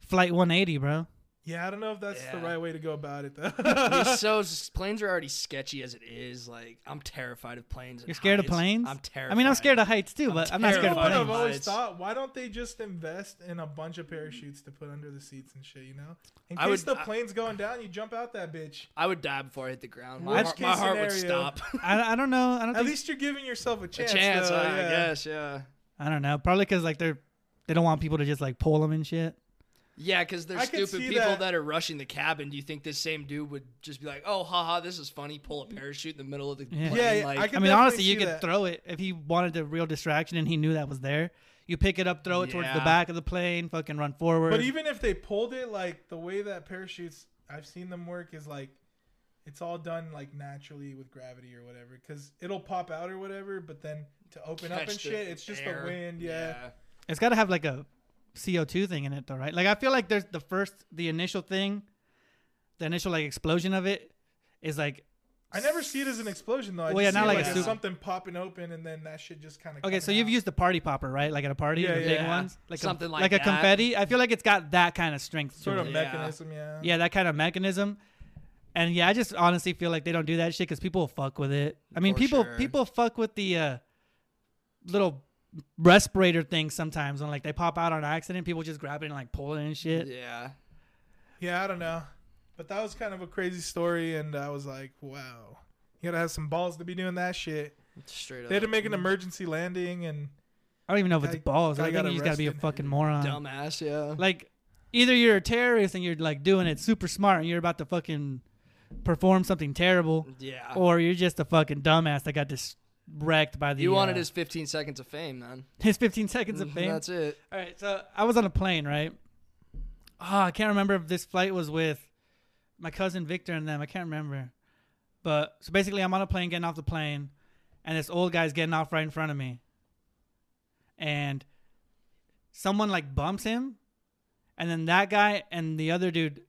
Flight 180, bro.
Yeah, I don't know if that's the
Yeah.
right way to go about it though.
They're so s- planes are already sketchy as it is. Like I'm terrified of planes. and
You're scared
heights.
of planes.
I'm terrified.
I mean, I'm scared of heights too,
I'm
but I'm not scared
You know
of
what
terrified
I've
planes.
always
Lights.
thought? Why don't they just invest in a bunch of parachutes to put under the seats and shit? You know, in
I
case
would-
the
I-
plane's going down, you jump out that bitch.
I would die before I hit the ground. My,
Worst
heart,
case
my heart would
scenario.
stop.
I, I don't know. I don't
At
think,
least you're giving yourself a
a
chance.
chance,
though,
I, I
yeah.
guess. Yeah.
I don't know. Probably because like they're they don't want people to just like pull them and shit.
Yeah, because they're
I could
stupid
see
people
that.
that. are rushing the cabin. Do you think this same dude would just be like, "Oh, haha, this is funny"? Pull a parachute in the middle of the
Yeah.
plane.
Yeah, yeah,
like,
I could-
I mean,
definitely
honestly, you
see
could
that.
throw it if he wanted a real distraction and he knew that was there. You pick it up, throw it towards the
Yeah.
back of the plane, fucking run forward.
But even if they pulled it, like the way that parachutes, I've seen them work is like, it's all done like naturally with gravity or whatever, because it'll pop out or whatever. But then to open up
catch
and
the
shit, it's just
air.
the wind. Yeah.
it's got to have like a CO2 thing in it, though, right? Like, I feel like there's the first, the initial thing, the initial like explosion of it is like,
I never see it as an explosion though. I
Well,
just
yeah,
see
not
it
like
like
a
as
super-
something popping open and then that shit just kind of.
okay, so you've used the party popper, right? Like at a party,
Yeah,
the big
yeah.
ones, like
Something
a,
like
like
that.
a confetti. I feel like it's got that kind of strength, to
sort of
it.
Yeah.
mechanism, yeah.
yeah, that kind of mechanism. And yeah, I just honestly feel like they don't do that shit because people fuck with it. I mean,
For
people
sure.
people fuck with the uh, little respirator thing sometimes when like they pop out on accident. People just grab it and like pull it and
Yeah.
shit.
yeah.
Yeah, I don't know. But that was kind of a crazy story, and I was like, wow. You gotta have some balls to be doing that shit.
Straight up.
They had to make an emergency landing, and
I don't even know if it's
Guy-
balls. I
guy
think
got
you just gotta be a
arrested.
fucking moron.
dumbass. Yeah.
Like either you're a terrorist and you're like doing it super smart and you're about to fucking perform something terrible,
Yeah.
or you're just a fucking dumbass that got just wrecked by the.
you wanted
uh,
his 15 seconds of fame, man. Mm,
his 15 seconds of fame.
That's it.
All right, so I was on a plane, right? Oh, I can't remember if this flight was with my cousin Victor and them. I can't remember. But so basically, I'm on a plane getting off the plane, and this old guy's getting off right in front of me. And someone like bumps him, and then that guy and the other dude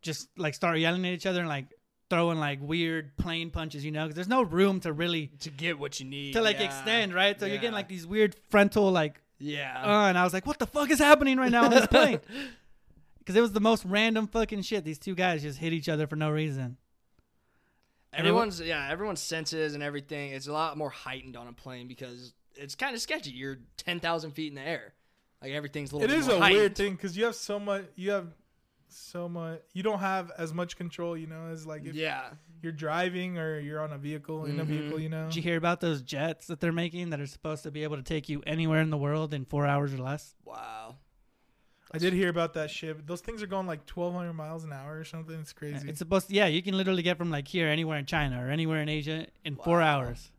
just like start yelling at each other and like throwing like weird plane punches, you know? Because there's no room to really
To get what you need.
to like
yeah.
extend, right? So you're
Yeah.
getting like these weird frontal like
Yeah.
uh, and I was like, what the fuck is happening right now on this plane? Because it was the most random fucking shit. These two guys just hit each other for no reason. And it wa-
everyone's yeah, everyone's senses and everything. It's a lot more heightened on a plane because it's kind of sketchy. You're 10,000 feet in the air. Like everything's a little
It
bit
is
more
a
heightened.
weird thing because you have so much. You have so much. You don't have as much control, you know, as like if
Yeah.
you're driving or you're on a vehicle in a
Mm-hmm.
vehicle, you know.
Did you hear about those jets that they're making that are supposed to be able to take you anywhere in the world in four hours or less?
Wow.
I did hear about that shit. But those things are going like 1,200 miles an hour or something. It's crazy.
It's supposed to, yeah, you can literally get from like here, anywhere in China or anywhere in Asia in four hours.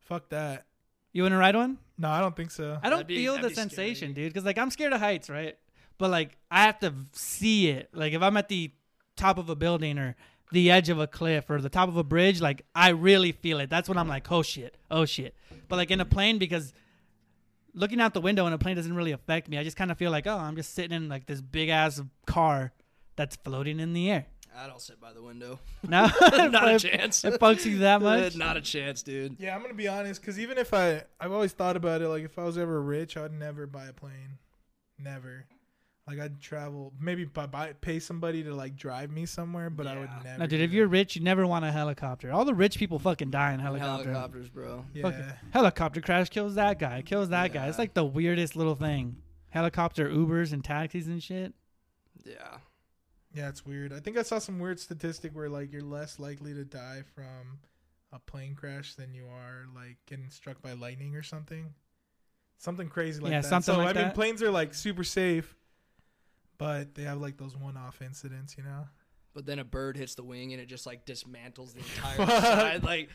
Fuck that.
You want to ride one?
No, I don't think so.
I don't
That'd be-
feel the
that'd be scary.
sensation, dude. Because like I'm scared of heights, right? But like I have to v- see it. Like if I'm at the top of a building or the edge of a cliff or the top of a bridge, like I really feel it. That's when I'm like, oh shit, oh shit. But like in a plane, because looking out the window in a plane doesn't really affect me. I just kind of feel like, oh, I'm just sitting in like this big ass car that's floating in the air.
I don't sit by the window.
No,
Not a chance.
It fucks you that
Uh,
much.
Not a chance, dude.
Yeah, I'm gonna be honest, cause even if I, I've always thought about it. Like, if I was ever rich, I'd never buy a plane, never. Like, I'd travel, maybe buy, buy pay somebody to like drive me somewhere, but I would
Yeah.
never.
No, dude,
do
if
that.
you're rich, you never want a helicopter. All the rich people fucking die in helicopter.
Helicopters, bro.
yeah,
Fucking helicopter crash kills that guy, kills that guy. It's
Yeah.
like the weirdest little thing. Helicopter Ubers and taxis and shit.
Yeah.
yeah, it's weird. I think I saw some weird statistic where like you're less likely to die from a plane crash than you are like getting struck by lightning or something, something crazy like
Yeah,
that.
something
so
like
I mean,
that.
planes are like super safe, but they have like those one-off incidents, you know.
But then a bird hits the wing and it just like dismantles the entire side. Like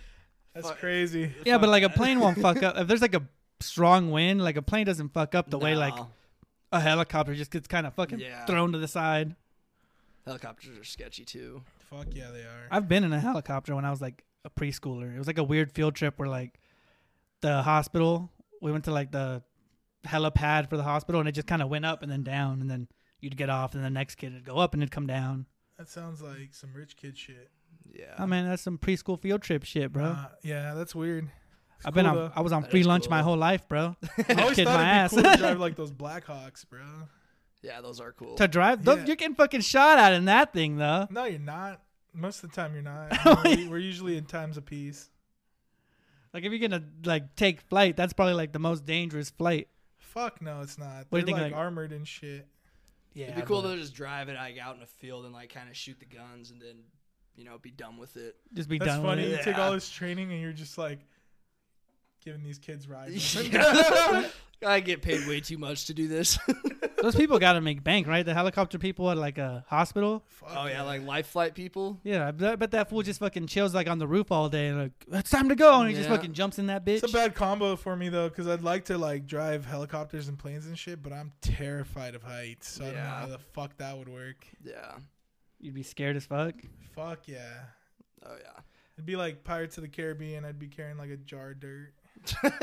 That's
Fuck.
crazy.
Yeah, but
Fuck
like a
that.
plane won't fuck up. If there's like a strong wind, like a plane doesn't fuck up the way like
no.
a helicopter just gets kind of fucking
Yeah.
thrown to the side.
helicopters are sketchy too.
Fuck yeah, they are.
I've been in a helicopter when I was like a preschooler. It was like a weird field trip where like the hospital, we went to like the helipad for the hospital and it just kind of went up and then down and then you'd get off and the next kid would go up and it'd come down.
That sounds like some rich kid shit.
Yeah.
Oh man, that's some preschool field trip shit, bro.
Uh, yeah, that's weird. It's
I've been
cool,
on, I
though.
was on
That
free
is
lunch
cool.
my whole life, bro.
I always
kid
thought
my
it'd be cool
ass.
to drive like those Blackhawks, bro.
yeah, those are cool.
to drive, those,
Yeah.
you're getting fucking shot at in that thing though.
No, you're not. Most of the time, you're not. I mean, we, we're usually in times of peace.
Like if you're gonna like take flight, that's probably like the most dangerous flight.
Fuck no, it's not. They're
What do you think,
like,
like-
armored and shit.
Yeah,
It'd be cool to just drive it like out in a field and like kind of shoot the guns and then, you know, be done with it.
just be
That's
done
funny.
with
You
it.
take
Yeah.
all this training and you're just like giving these kids rides.
I get paid way too much to do this.
Those people gotta make bank, right? The helicopter people at like a hospital.
Fuck
oh yeah, like life flight people.
Yeah, I bet bet that fool just fucking chills like on the roof all day and like it's time to go, and he just
Yeah.
fucking jumps in that bitch.
It's a bad combo for me though, because I'd like to like drive helicopters and planes and shit, but I'm terrified of heights, so I don't know
Yeah.
how the fuck that would work.
Yeah.
You'd be scared as fuck.
Fuck yeah.
Oh yeah.
It'd be like Pirates of the Caribbean. I'd be carrying like a jar of dirt.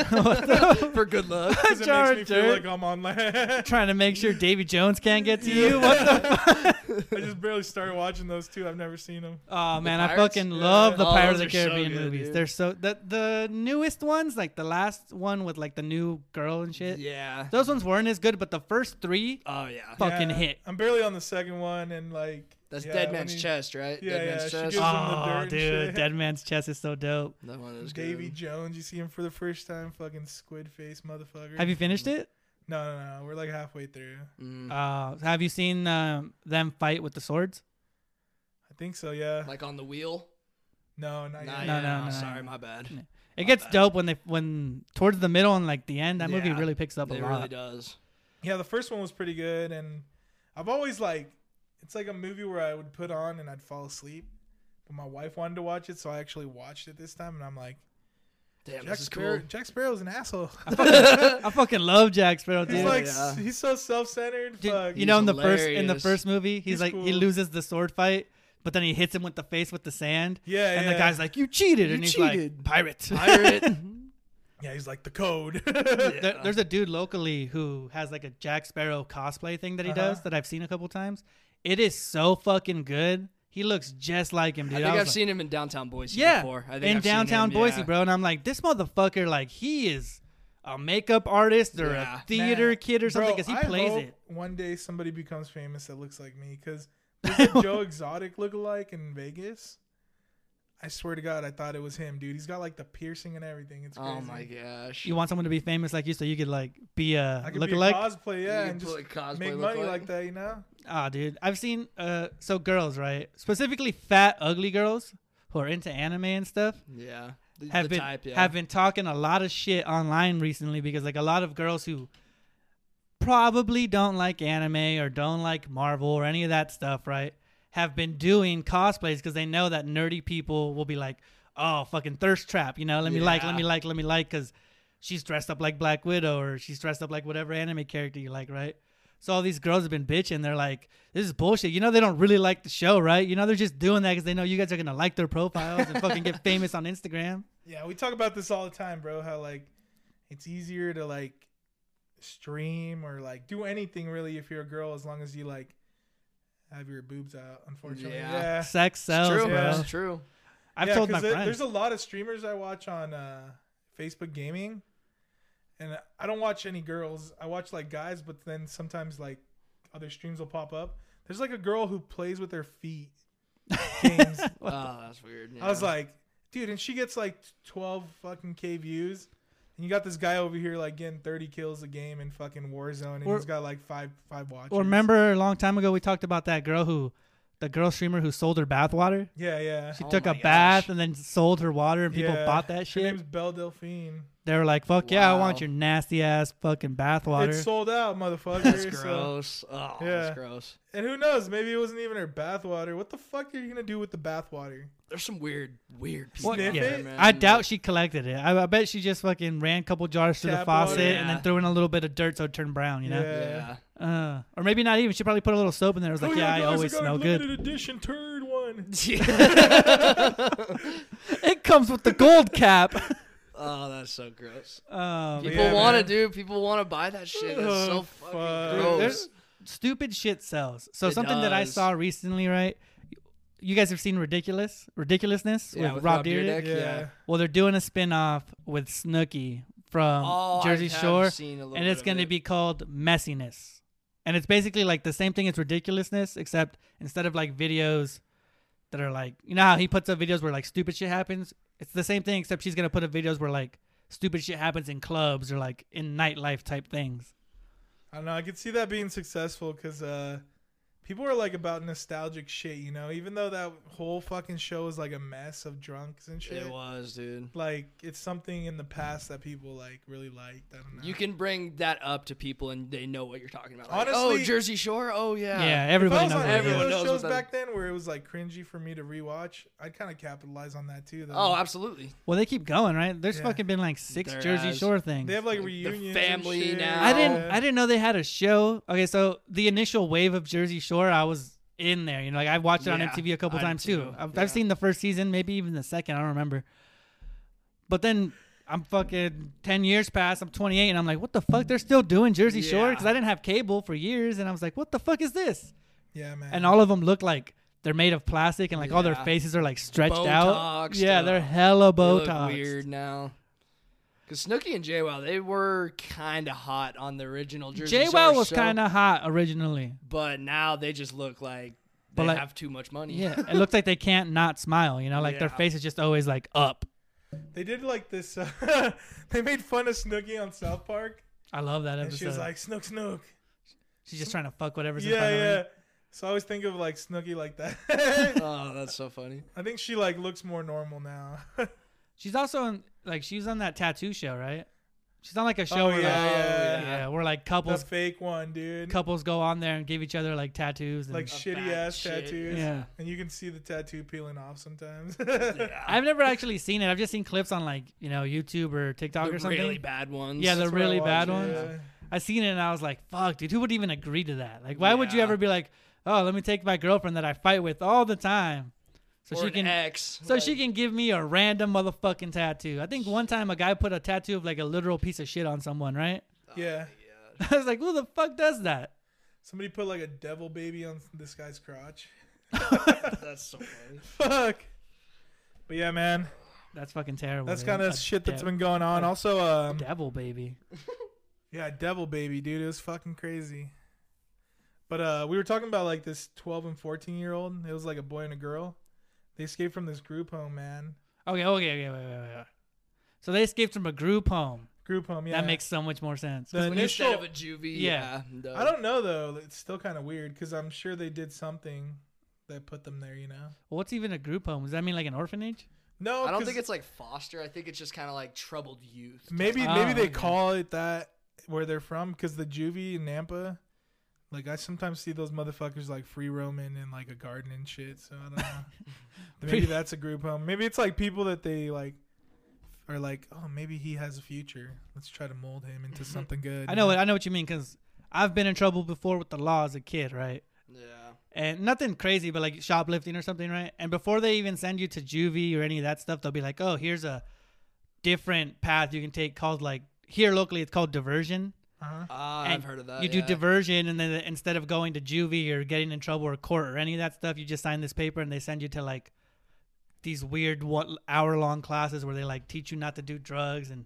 For good luck.
'Cause it
Jar
makes me
of
feel
dirt.
like I'm on land.
Trying to make sure Davy Jones can't get to you. What the
I just barely started watching those two. I've never seen them.
Oh man, I
Pirates?
fucking
Yeah.
love the
Oh,
Pirates
those
of the
are so
Caribbean
good,
movies.
dude.
They're so the the newest ones, like the last one with like the new girl and shit.
yeah.
Those ones weren't as good, but the first three,
Oh yeah.
Fuck. Fucking hit.
I'm barely on the second one, and like
That's
yeah,
Dead
when
Man's
he-
Chest, right?
Yeah,
Dead
yeah,
Man's
she
Chest.
gives him the dirt
oh
and
dude,
shit.
Dead Man's Chest is so dope.
that one is
Davy
good.
Jones, you see him for the first time, fucking squid face motherfucker.
Have you finished it?
No, no, no. We're like halfway through.
Mm. Mm-hmm.
Uh, have you seen um, them fight with the swords?
I think so. Yeah.
Like on the wheel.
no, not yet.
Nah,
Oh, No,
yeah,
no, no,
Sorry,
no.
my bad.
It
Uh,
gets dope when they when towards the middle and like the end. That movie
Yeah.
really picks up a
It
lot.
really does.
Yeah, the first one was pretty good, and I've always like it's like a movie where I would put on and I'd fall asleep, but my wife wanted to watch it, so I actually watched it this time, and I'm like,
Damn,
Jack
this is
Sparrow,
cool.
Jack Sparrow's an asshole.
I fucking love Jack Sparrow, dude.
he's like
Yeah.
he's so self-centered.
Dude,
Fuck.
you know, in the first in the
hilarious.
first movie, he's,
He's
like he
cool.
loses the sword fight, but then he hits him with the face with the sand.
Yeah,
and the
yeah.
guy's like, "You cheated," and he's
cheated.
like, "Pirate."
Pirate.
yeah, he's like the code.
There, there's a dude locally who has like a Jack Sparrow cosplay thing that he
Uh-huh.
does that I've seen a couple times. It is so fucking good. He looks just like him, dude.
I think
I
I've
was like-
seen him in downtown Boise
yeah,
before. I think
in
I've seen
downtown
him,
Boise,
yeah.
bro. And I'm like, this motherfucker, like he is a makeup artist or a
Yeah.
theater
Man,
kid or something
bro,
because he
I
plays
hope
it.
One day somebody becomes famous that looks like me because Joe Exotic lookalike in Vegas. I swear to God, I thought it was him, dude. He's got like the piercing and everything. It's crazy.
Oh my gosh.
You want someone to be famous like you, so you could like be
I
a
could
look
be a
alike.
cosplay, yeah,
could
and
put
just
a cosplay
make money
lookalike.
like that, you know?
Ah, dude, I've seen uh, so girls, right? Specifically, fat, ugly girls who are into anime and stuff.
Yeah. The,
have
the
been
type, yeah.
have been talking a lot of shit online recently because like a lot of girls who probably don't like anime or don't like Marvel or any of that stuff, right? Have been doing cosplays because they know that nerdy people will be like, "Oh, fucking thirst trap," you know. Let me like, let
Yeah.
me like, let me like, because she's dressed up like Black Widow or she's dressed up like whatever anime character you like, right? So all these girls have been bitching. They're like, "This is bullshit." You know, they don't really like the show, right? You know, they're just doing that because they know you guys are gonna like their profiles and fucking get famous on Instagram.
Yeah, we talk about this all the time, bro. How like it's easier to like stream or like do anything really if you're a girl as long as you like have your boobs out. Unfortunately,
Yeah.
yeah.
Sex
It's
sells,
true,
bro.
Yeah.
It's true.
I've
Yeah,
told
'cause
my
there-
friends.
There's a lot of streamers I watch on uh, Facebook Gaming, and I don't watch any girls. I watch like guys, but then sometimes like other streams will pop up. There's like a girl who plays with her feet. Games.
Oh, that's weird.
I was
yeah.
like, dude, and she gets like 12 fucking K views. And you got this guy over here like getting 30 kills a game in fucking Warzone, and
Or-
he's got like five five watches.
Or remember a long time ago we talked about that girl who, the girl streamer who sold her bath water.
Yeah, yeah.
She
Oh
took
my
a
gosh.
bath and then sold her water, and people
Yeah.
bought that
Her
shit.
name's Belle Delphine.
They were like, "Fuck yeah, I want
Wow.
your nasty ass fucking bath water."
It's sold out, motherfucker.
That's
so-
gross. Oh,
Yeah.
that's gross.
And who knows? Maybe it wasn't even her bathwater. What the fuck are you gonna do with the bathwater?
There's some weird, weird people.
What-
out
Yeah.
there,
it?
man.
I doubt she collected it. I, I bet she just fucking ran a couple jars through the
Tap water.
faucet and then
Yeah.
threw in a little bit of dirt so it turned brown. You know,
Yeah.
Yeah.
uh, or maybe not even. She probably put a little soap in there. It was like,
Oh,
"Yeah, I
guys,
always
got a
smell good."
Limited edition turd one.
It comes with the gold cap.
oh, that's so gross.
um,
People
yeah,
want to
man.
do. People want to buy that shit. That's so
Oh,
fucking
fuck.
gross.
There's stupid shit sells. So
It
something that I
does.
saw recently, right? You guys have seen Ridiculous, Ridiculousness
Yeah,
with, Rob, Dyrdek.
Dyrdek,
Yeah.
yeah.
Well, they're doing a spin-off with Snooki from
Oh, I
Jersey
have
Shore,
seen a little
and
bit
it's
of
going to
it.
be called Messiness. And it's basically like the same thing as Ridiculousness, except instead of like videos that are like, you know how he puts up videos where like stupid shit happens. It's the same thing, except she's going to put up videos where like stupid shit happens in clubs or like in nightlife type things.
I don't know. I could see that being successful because uh, people are like about nostalgic shit. You know, even though that whole fucking show was like a mess of drunks and shit.
It was, dude.
Like it's something in the past that people like really liked. I don't know.
You can bring that up to people, and they know what you're talking about. Like, oh,
Honestly-
Jersey Shore. Oh yeah.
yeah,
If I
everybody
was
knows.
on
what
any
it
of
is.
Everyone
those
knows
shows
what
back
that-
then where it was like cringy for me to rewatch, I'd kind of capitalize on that too. Though.
Oh, absolutely.
Well, they keep going, right? There's
Yeah.
fucking been like six
There
Jersey
has.
Shore things.
they have like
Like, the
reunions.
family
and shit.
now.
I didn't. I didn't know they had a show. Okay, so the initial wave of Jersey Shore, I was in there. You know, like I watched it on
Yeah,
MTV a couple
I did
times too.
too,
I've,
yeah.
I've seen the first season, maybe even the second. I don't remember. But then I'm fucking ten years past. I'm 28, and I'm like, what the fuck? They're still doing Jersey Shore
Yeah.
because I didn't have cable for years, and I was like, what the fuck is this?
Yeah, man.
And all of them look like. They're made of plastic and like all their
Yeah.
faces are like stretched out.
Botoxed
Yeah,
up.
they're hella
They look
Botox.
Weird now. Because Snooki and JWoww, they were kind of hot on the original Jersey
Jay
Shore
Wow was
show,
kind of hot originally.
but now they just look like
But,
they
like-
have too much money.
Yeah, it looks like they can't not smile. You know, like their
Yeah.
face is just always like up.
They did like this. Uh, they made fun of Snooki on South Park,
I love that
and
episode.
she was like, "Snook, Snook."
she's just trying to fuck whatever's in
yeah,
front of
yeah.
her.
So I always think of like Snooki like that.
oh, that's so funny.
I think she like looks more normal now.
She's also in like she's on that tattoo show, right? She's on like a show
Oh,
where
yeah,
like,
yeah, yeah.
where like couples
That fake one, dude.
couples go on there and give each other like tattoos. And,
like shitty
bad
ass
shit.
tattoos.
yeah,
And you can see the tattoo peeling off sometimes.
I've never actually seen it. I've just seen clips on like you know YouTube or TikTok
The
or something.
really bad ones.
Yeah, the
That's what I
really
watch,
bad
yeah.
ones. I seen it and I was like, fuck, dude, who would even agree to that? Like, why would you
Yeah.
ever be like, oh, let me take my girlfriend that I fight with all the time, so
or
she
an
can,
X.
so she can give me a random motherfucking tattoo. I think one time a guy put a tattoo of like a literal piece of shit on someone, right?
Yeah.
I was like, who the fuck does that?
Somebody put like a devil baby on this guy's crotch.
That's so funny.
Fuck. But yeah, man,
That's fucking terrible.
that's
dude.
kind
Oh, A
of shit that's
dev-
been going on. Also, um,
devil baby.
yeah, devil baby, dude, it was fucking crazy. But uh, we were talking about like this 12 and 14 year old. It was like a boy and a girl. They escaped from this group home, man.
Okay, okay, okay, wait, wait, wait, wait. So they escaped from a group home.
Group home, yeah.
That makes so much more sense.
the
When you
initial.
said of a juvie,
Yeah.
yeah. duh.
I don't know though. It's still kind of weird because I'm sure they did something that put them there. You know?
What's even a group home? Does that mean like an orphanage?
No,
I don't
'cause
think it's like foster. I think it's just kind of like troubled youth.
Maybe
Oh,
maybe they
okay.
call it that where they're from because the juvie in Nampa, like I sometimes see those motherfuckers like free roaming in like a garden and shit. So I don't know. maybe that's a group home. Maybe it's like people that they like are like, oh, maybe he has a future. Let's try to mold him into something good.
I know, what I know what you mean because I've been in trouble before with the law as a kid, right?
Yeah.
And nothing crazy, but like shoplifting or something, right? And before they even send you to juvie or any of that stuff, they'll be like, "Oh, here's a different path you can take called like here locally it's called diversion."
Ah,
And
I've heard of that.
You
yeah.
do diversion, and then instead of going to juvie or getting in trouble or court or any of that stuff, you just sign this paper and they send you to like these weird one hour long classes where they like teach you not to do drugs and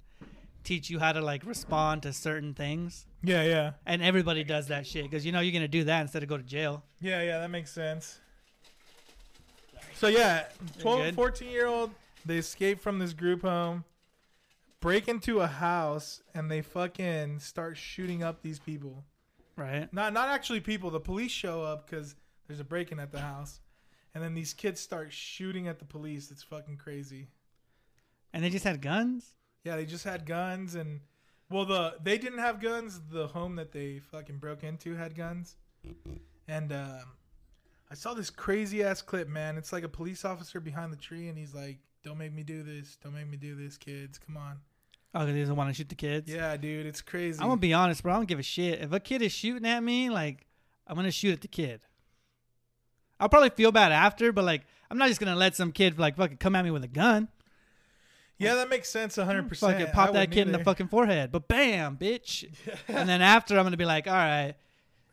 teach you how to like respond to certain things.
Yeah, yeah,
And everybody does that shit because you know you're gonna do that instead of go to jail.
yeah, yeah. That makes sense. So yeah, 12,
good?
14 year old, they escape from this group home, break into a house, and they fucking start shooting up these people.
Right.
Not not actually people. The police show up because there's a break in at the house, and then these kids start shooting at the police. It's fucking crazy.
And they just had guns.
Yeah, they just had guns and well, the they didn't have guns. The home that they fucking broke into had guns, and um, I saw this crazy ass clip, man. It's like a police officer behind the tree, and he's like, "Don't make me do this. Don't make me do this, kids. Come on."
Oh, 'cause they doesn't want to shoot the kids.
Yeah, dude, it's crazy.
I'm gonna be honest, bro. I don't give a shit. If a kid is shooting at me, like I'm gonna shoot at the kid. I'll probably feel bad after, but like I'm not just gonna let some kid like fucking come at me with a gun.
yeah, that makes sense, 100. percent
Fucking pop that kid in the fucking forehead. But bam, bitch. and then after, I'm gonna be like, all right,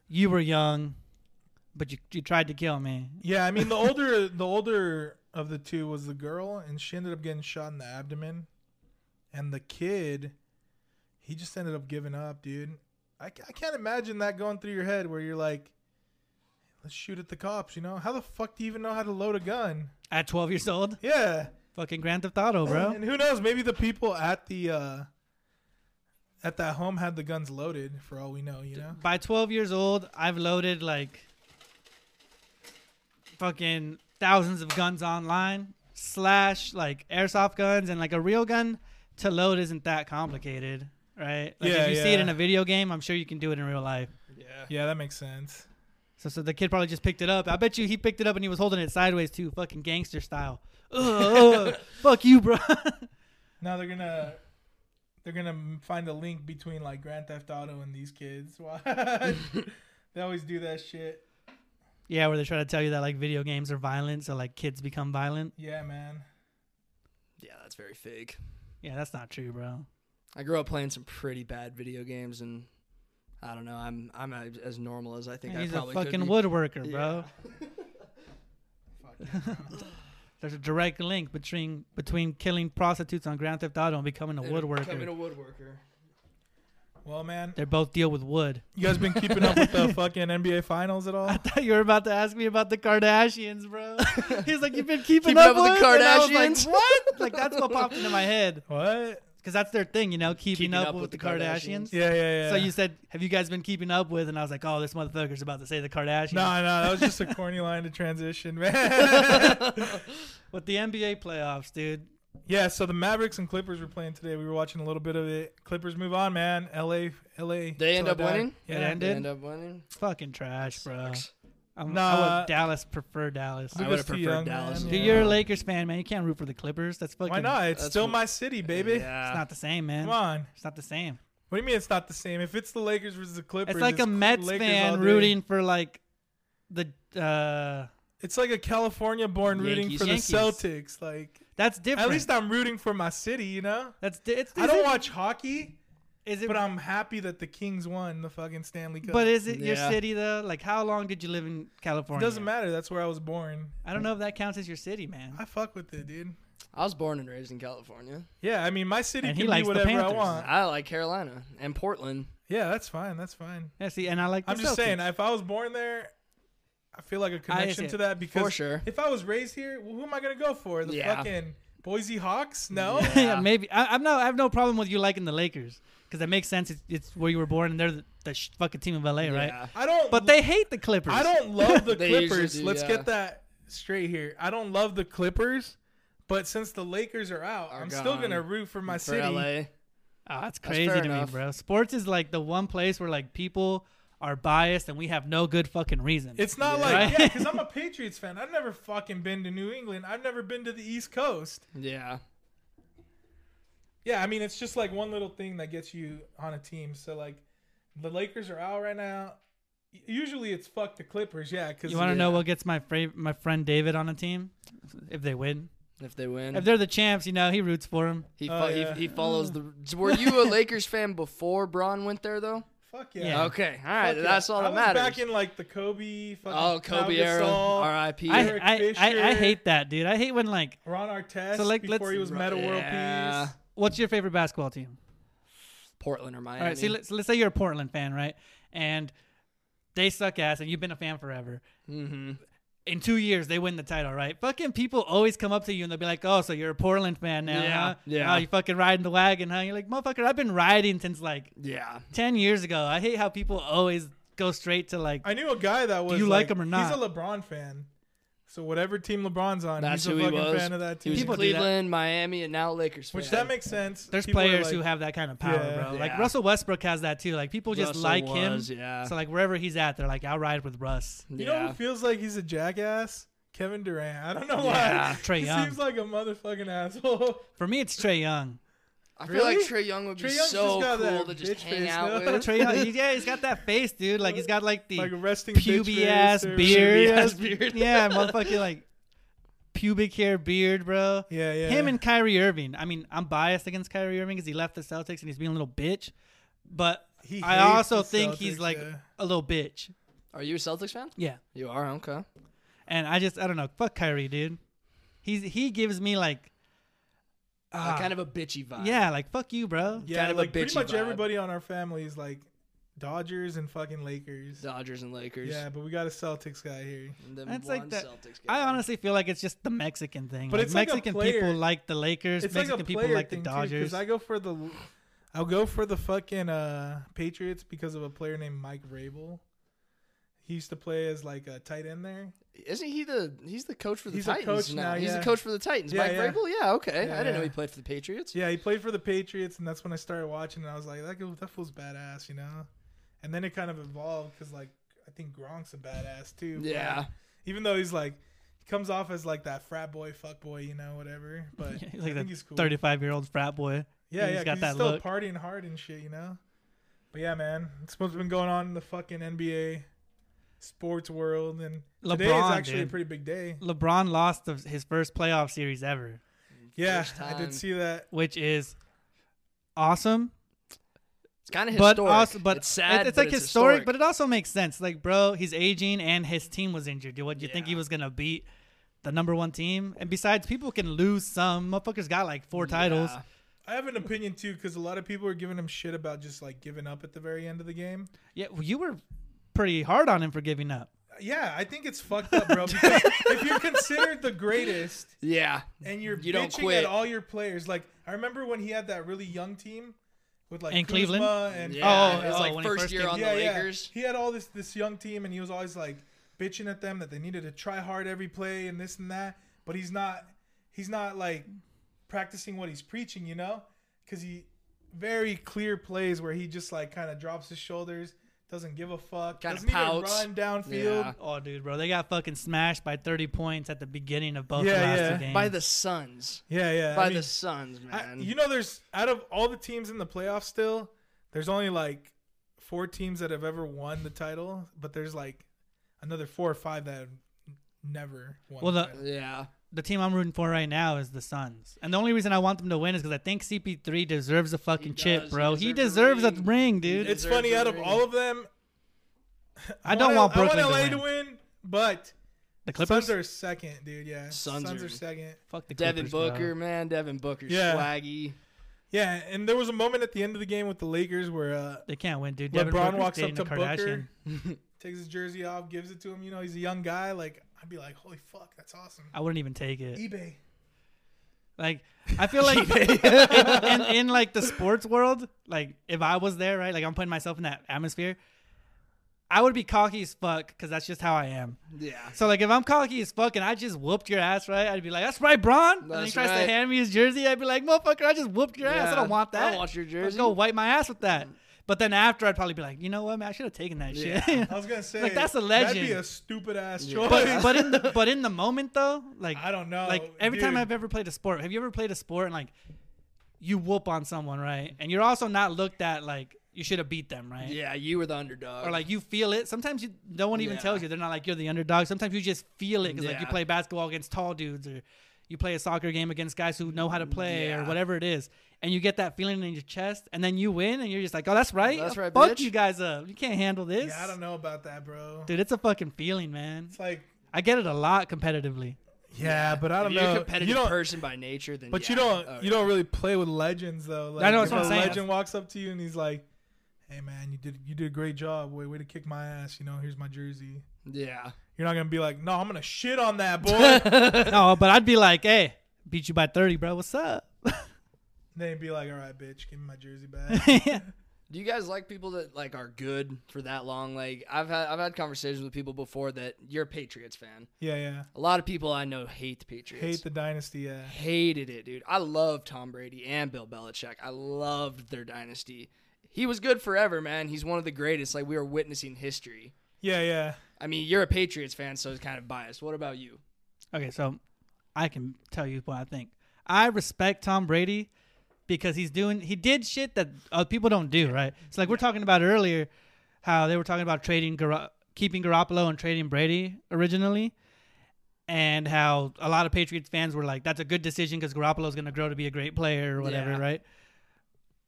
you were young, but you you tried to kill me.
Yeah, I mean the older the older of the two was the girl, and she ended up getting shot in the abdomen, and the kid, he just ended up giving up, dude. I, ca- I can't imagine that going through your head where you're like, let's shoot at the cops, you know? How the fuck do you even know how to load a gun?
At 12 years old,
Yeah,
fucking Grand Theft Auto, bro.
and who knows? Maybe the people at the uh, at that home had the guns loaded, for all we know, you know?
By 12 years old, I've loaded like fucking thousands of guns online, slash like airsoft guns and like a real gun to load isn't that complicated, right? Like
Yeah,
if you see it
yeah.
in a video game, I'm sure you can do it in real life.
Yeah.
Yeah, that makes sense.
So, so the kid probably just picked it up. I bet you he picked it up and he was holding it sideways too, fucking gangster style. Ugh, ugh, fuck you, bro.
Now they're gonna they're gonna m- find a link between like Grand Theft Auto and these kids. Why? they always do that shit.
yeah, where they try to tell you that like video games are violent, so like kids become violent.
Yeah, man.
Yeah, that's very fake.
Yeah, that's not true, bro.
I grew up playing some pretty bad video games, and I don't know. I'm I'm a- as normal as I think I
He's a
probably could
fucking
be.
woodworker, bro.
Fuck yeah, bro.
There's a direct link between between killing prostitutes on Grand Theft Auto and becoming a
And Becoming
woodworker.
a woodworker.
well, man,
they both deal with wood.
you guys been keeping up with the fucking NBA finals at all?
I thought you were about to ask me about the Kardashians, bro. He's like, you've been keeping,
Keeping
up,
up with the
And I was
Kardashians?
like, what? Like that's what popped into my head
What?
because that's their thing, you know, keeping, up, with, the Kardashians.
Yeah, yeah, yeah.
So you said, have you guys been keeping up with? And I was like, oh, this motherfucker's about to say the Kardashians.
No, no, that was just a corny line to transition, man.
With the NBA playoffs, dude.
Yeah, so the Mavericks and Clippers were playing today. We were watching a little bit of it. Clippers move on, man. LA, LA. till
end
I
up
die.
winning?
It
Yeah,
ended.
End up winning.
Fucking trash, bro.
Sucks.
I'm, I
Nah.
would Dallas prefer Dallas.
I
Luka's
would've
too
preferred
young,
Dallas.
man.
Dude, you're a Lakers fan, man. You can't root for the Clippers. That's fucking.
Why not? It's
That's
still
what-
my city, baby.
Yeah.
It's not the same, man.
Come on.
It's not the same.
What do you mean it's not the same? If it's the Lakers versus the Clippers,
It's like a
Cl-
Mets
Lakers all
fan
day.
rooting for like the. uh
It's like a California-born rooting
Yankees.
for the
Yankees.
Celtics. Like
That's different.
at least I'm rooting for my city, you know.
that's di- it's.
I
is
don't
it-
watch hockey,
Is it?
but I'm happy that the Kings won the fucking Stanley Cup.
But is it your
Yeah.
city though? Like, how long did you live in
it
California?
doesn't matter. That's where I was born.
I don't know if that counts as your city, man.
I fuck with it, dude.
I was born and raised in California.
Yeah, I mean, my city
And he
can be
likes the
whatever I
Panthers.
want.
I like Carolina and Portland.
Yeah, that's fine. That's fine.
Yeah, see, and I like. The
I'm just
Celtics.
saying, if I was born there, I feel like a connection
see.
to that because
For sure.
if I was raised here, well, who am I gonna go for? The
Yeah.
fucking Boise Hawks? No.
yeah, maybe I, I'm not. I have no problem with you liking the Lakers because that makes sense. It's, it's where you were born, and they're the, the sh- fucking team of LA,
Yeah.
right?
I don't.
But they hate the Clippers.
I don't love the
They usually
Clippers.
do,
Let's
yeah.
get that straight here. I don't love the Clippers, but since the Lakers are out,
Are
I'm still
gone.
gonna root for my
for
city.
LA.
Oh, that's
That's
crazy
fair
to
enough.
me, bro. Sports is like the one place where like people are biased and we have no good fucking reason.
It's not
Yeah.
like
Right?
yeah, because I'm a Patriots fan. I've never fucking been to New England. I've never been to the East Coast.
Yeah.
Yeah, I mean it's just like one little thing that gets you on a team. So like, the Lakers are out right now. U- Usually it's fuck the Clippers. Yeah, because
you want to know
yeah.
what gets my fra- my friend David on a team if they win.
If they win,
If they're the champs, you know he roots for them.
he,
Oh,
fo-
yeah.
he he follows the. Were you a Lakers fan before Braun went there though?
fuck yeah.
Yeah.
Okay, all right,
Fuck yeah.
that's all
I
that
was
matters.
Back in like the Kobe, fucking
oh, Kobe
Pau
era,
Gasol,
R.I.P.
I,
Derek
I, I I
Fisher.
hate that, dude. I hate when like,
Ron Artest
So, like,
before
let's-
he was Meta World
Yeah.
Peace.
what's your favorite basketball team?
Portland or Miami.
All right, see, let's, let's say you're a Portland fan, right? And they suck ass, and you've been a fan forever.
mm-hmm.
in two years they win the title, right? Fucking people always come up to you and they'll be like, "Oh, so you're a Portland fan now?
Yeah,
huh?
yeah.
Oh, you fucking riding the wagon, huh?" You're like, "Motherfucker, I've been riding since like
Yeah,
ten years ago." I hate how people always go straight to like.
I knew a guy that was.
you like him or not?
He's a LeBron fan. So whatever team LeBron's on,
that's
he's a
who he
fucking
was.
fan of that
He
team.
was
People
in
do that.
Cleveland, Miami, and now Lakers.
which
fan.
that makes sense.
there's
People are
players
like-
who have that kind of power,
Yeah.
bro. Like
Yeah.
Russell Westbrook has that too. Like people just
Russell
like
was,
him.
yeah.
So like wherever he's at, they're like, "I'll ride with Russ."
You
yeah.
know who feels like he's a jackass? Kevin Durant. I don't know why.
Yeah.
Trae
he
Young.
seems like a motherfucking asshole.
For me, it's Trey Young.
I feel
Really?
like Trey Young would be
Trae Young's just
so
got
cool
that
to just
bitch
hang
face,
out
though.
with.
Trey Young, he's- yeah, he's got that face, dude. Like he's got like the
Like a resting bitch
puby ass
face or-
beard.
Puby ass beard.
yeah, motherfucking like pubic hair beard, bro.
Yeah, yeah.
Him and Kyrie Irving. I mean, I'm biased against Kyrie Irving because he left the Celtics and he's being a little bitch. But
He
I
hates
also
the
think he's
Celtics,
like
yeah.
a little bitch.
Are you a Celtics fan?
Yeah.
You are.
Uh,
Okay.
And I just I don't know. Fuck Kyrie, dude. He's he gives me like
Uh,
ah,
kind of a bitchy vibe.
yeah, like fuck you, bro.
Yeah,
kind of a
like pretty
bitchy
much
vibe.
everybody on our family is like Dodgers and fucking Lakers.
Dodgers and Lakers.
Yeah, but we got a Celtics guy here.
The
That's
one
like that.
Celtics guy.
I honestly feel like it's just the Mexican thing.
But
Like,
it's like a
Mexican
player-
people like the Lakers.
It's
Mexican
like a
people
player
like the
thing too,
Dodgers.
I go for the, I'll go for the fucking uh, Patriots because of a player named Mike Rabel. He used to play as like a tight end there.
Isn't he the he's the coach for the
He's a
Titans
coach now,
now? He's the
yeah.
coach for the Titans.
Yeah,
Mike
yeah.
Vrabel? Yeah, okay.
Yeah,
I didn't know
yeah.
he played for the Patriots.
Yeah, he played for the Patriots, and that's when I started watching. And I was like, that guy- that fool's badass, you know. And then it kind of evolved because like I think Gronk's a badass too. but,
Yeah.
like, even though he's like, he comes off as like that frat boy, fuck boy, you know, whatever. But
he's
I
like
think
the
he's cool.
35 year old frat boy.
Yeah,
He's
yeah,
got
'cause
that
he's still
look.
partying hard and shit, you know. But yeah, man, it's what's been going on in the fucking NBA sports world, and today is
LeBron,
actually
dude.
a pretty big day.
LeBron lost the, his first playoff series ever,
Yeah,
First
I
time.
did see that.
which is awesome.
It's kind of
But
historic.
also, but
it's sad.
It's,
but
like historic, but it also makes sense. Like, bro, he's aging and his team was injured. Dude, what do you think he
Yeah.
was gonna beat the number one team? And besides, people can lose some. Motherfuckers got like four titles.
Yeah.
I have an opinion too, because a lot of people are giving him shit about just like giving up at the very end of the game.
Yeah, well, you were pretty hard on him for giving up.
Yeah, I think it's fucked up, bro. Because if you're considered the greatest
yeah.
and you're
You don't
bitching
quit.
at all your players, like I remember when he had that really young team with like
In
Kuzma
Cleveland?
and
Yeah,
Oh,
it was
oh,
like
when he
first,
first
year
came-
on the Lakers.
He had all this this young team, and he was always like bitching at them that they needed to try hard every play and this and that. But he's not he's not like practicing what he's preaching, you know? Because he very clear plays where he just like kind of drops his shoulders, doesn't give a fuck,
Kinda
doesn't
pouts.
even run downfield.
Yeah.
Oh, dude, bro, they got fucking smashed by 30 points at the beginning of both
Yeah,
the last
yeah.
two games.
By the Suns.
Yeah, yeah. I
By
mean,
the Suns,
I-
man.
you know, there's out of all the teams in the playoffs, still there's only like four teams that have ever won the title, but there's like another four or five that have n- never won.
Well,
the,
the-
title.
yeah.
the team I'm rooting for right now is the Suns, and the only reason I want them to win is because I think CP3 deserves a fucking chip,
does.
bro.
He
He
deserves
deserves
a
a ring, dude.
He
it's
deserves
funny.
a
Out of
ring.
all of them,
I don't want
L-
Brooklyn
I want LA
to
to
win.
win, but
The
Suns
Clippers.
are second, dude. Yeah,
Suns
Suns
are-
are second.
Fuck the
Devin
Clippers, bro.
Booker, man. Devin Booker,
Yeah.
swaggy.
Yeah, and there was a moment at the end of the game with the Lakers where uh,
They can't win, dude. Devin
LeBron
Booker's
walks up
dating
to
a Kardashian.
Booker, takes his jersey off, gives it to him. You know, he's a young guy. Like I'd be like, holy fuck, that's awesome.
I wouldn't even take it.
eBay.
Like I feel like in, in, in like the sports world, like if I was there, right? Like I'm putting myself in that atmosphere, I would be cocky as fuck because that's just how I am.
Yeah.
So like if I'm cocky as fuck and I just whooped your ass, right? I'd be like, "That's right, Bron." and then he
That's
tries
right.
to hand me his jersey. I'd be like, "Motherfucker, I just whooped your ass. I
Yeah,
don't want
I
that.
don't want your jersey."
Go wipe my ass with that." But then after, I'd probably be like, "You know what, man? I should have taken that shit."
I was gonna say
Like, that's a
That'd be
legend.
a stupid ass choice.
but but in the, but in the moment though, like
I don't know,
Like every time
dude.
I've ever played a sport, have you ever played a sport and like you whoop on someone, right? And you're also not looked at like you should have beat them, right?
Yeah, you were the underdog.
Or like you feel it. Sometimes you no one even
Yeah.
tells you. They're not like you're the underdog. Sometimes you just feel it because like you
Yeah.
play basketball against tall dudes or you play a soccer game against guys who know how to play or
Yeah.
whatever it is. And you get that feeling in your chest, and then you win, and you're just like, "Oh, that's right.
That's
I
right,
Fuck
bitch."
you guys up. You can't handle this,
yeah, I don't know about that, bro.
dude. It's a fucking feeling, man.
It's like
I get it a lot competitively.
yeah, but I
if
don't
you're a
know.
competitive
You don't,
person by nature, then
but you
yeah.
don't.
Oh,
you don't really play with legends though. Like,
I know,
if
that's what
a
I'm saying.
legend walks up to you and he's like, "Hey man, you did you did a great job. Way way to kick my ass. You know, here's my jersey."
Yeah.
You're not gonna be like, "No, I'm gonna shit on that boy."
no, but I'd be like, hey, beat you by 30, bro. What's up?
then he'd be like, "All right, bitch, give me my jersey back."
Do you guys like people that like are good for that long? Like I've had I've had conversations with people before that you're a Patriots fan.
yeah, yeah.
A lot of people I know hate the Patriots.
Hate the dynasty. Yeah.
hated it, dude. I love Tom Brady and Bill Belichick. I loved their dynasty. He was good forever, man. He's one of the greatest. Like we are witnessing history.
Yeah, yeah.
I mean, you're a Patriots fan, so it's kind of biased. What about you?
okay, so I can tell you what I think. I respect Tom Brady because he's doing, he did shit that uh, people don't do, right? So, like, we're talking about earlier how they were talking about trading, Gar- keeping Garoppolo and trading Brady originally. And how a lot of Patriots fans were like, that's a good decision because Garoppolo's going to grow to be a great player or whatever,
Yeah.
right?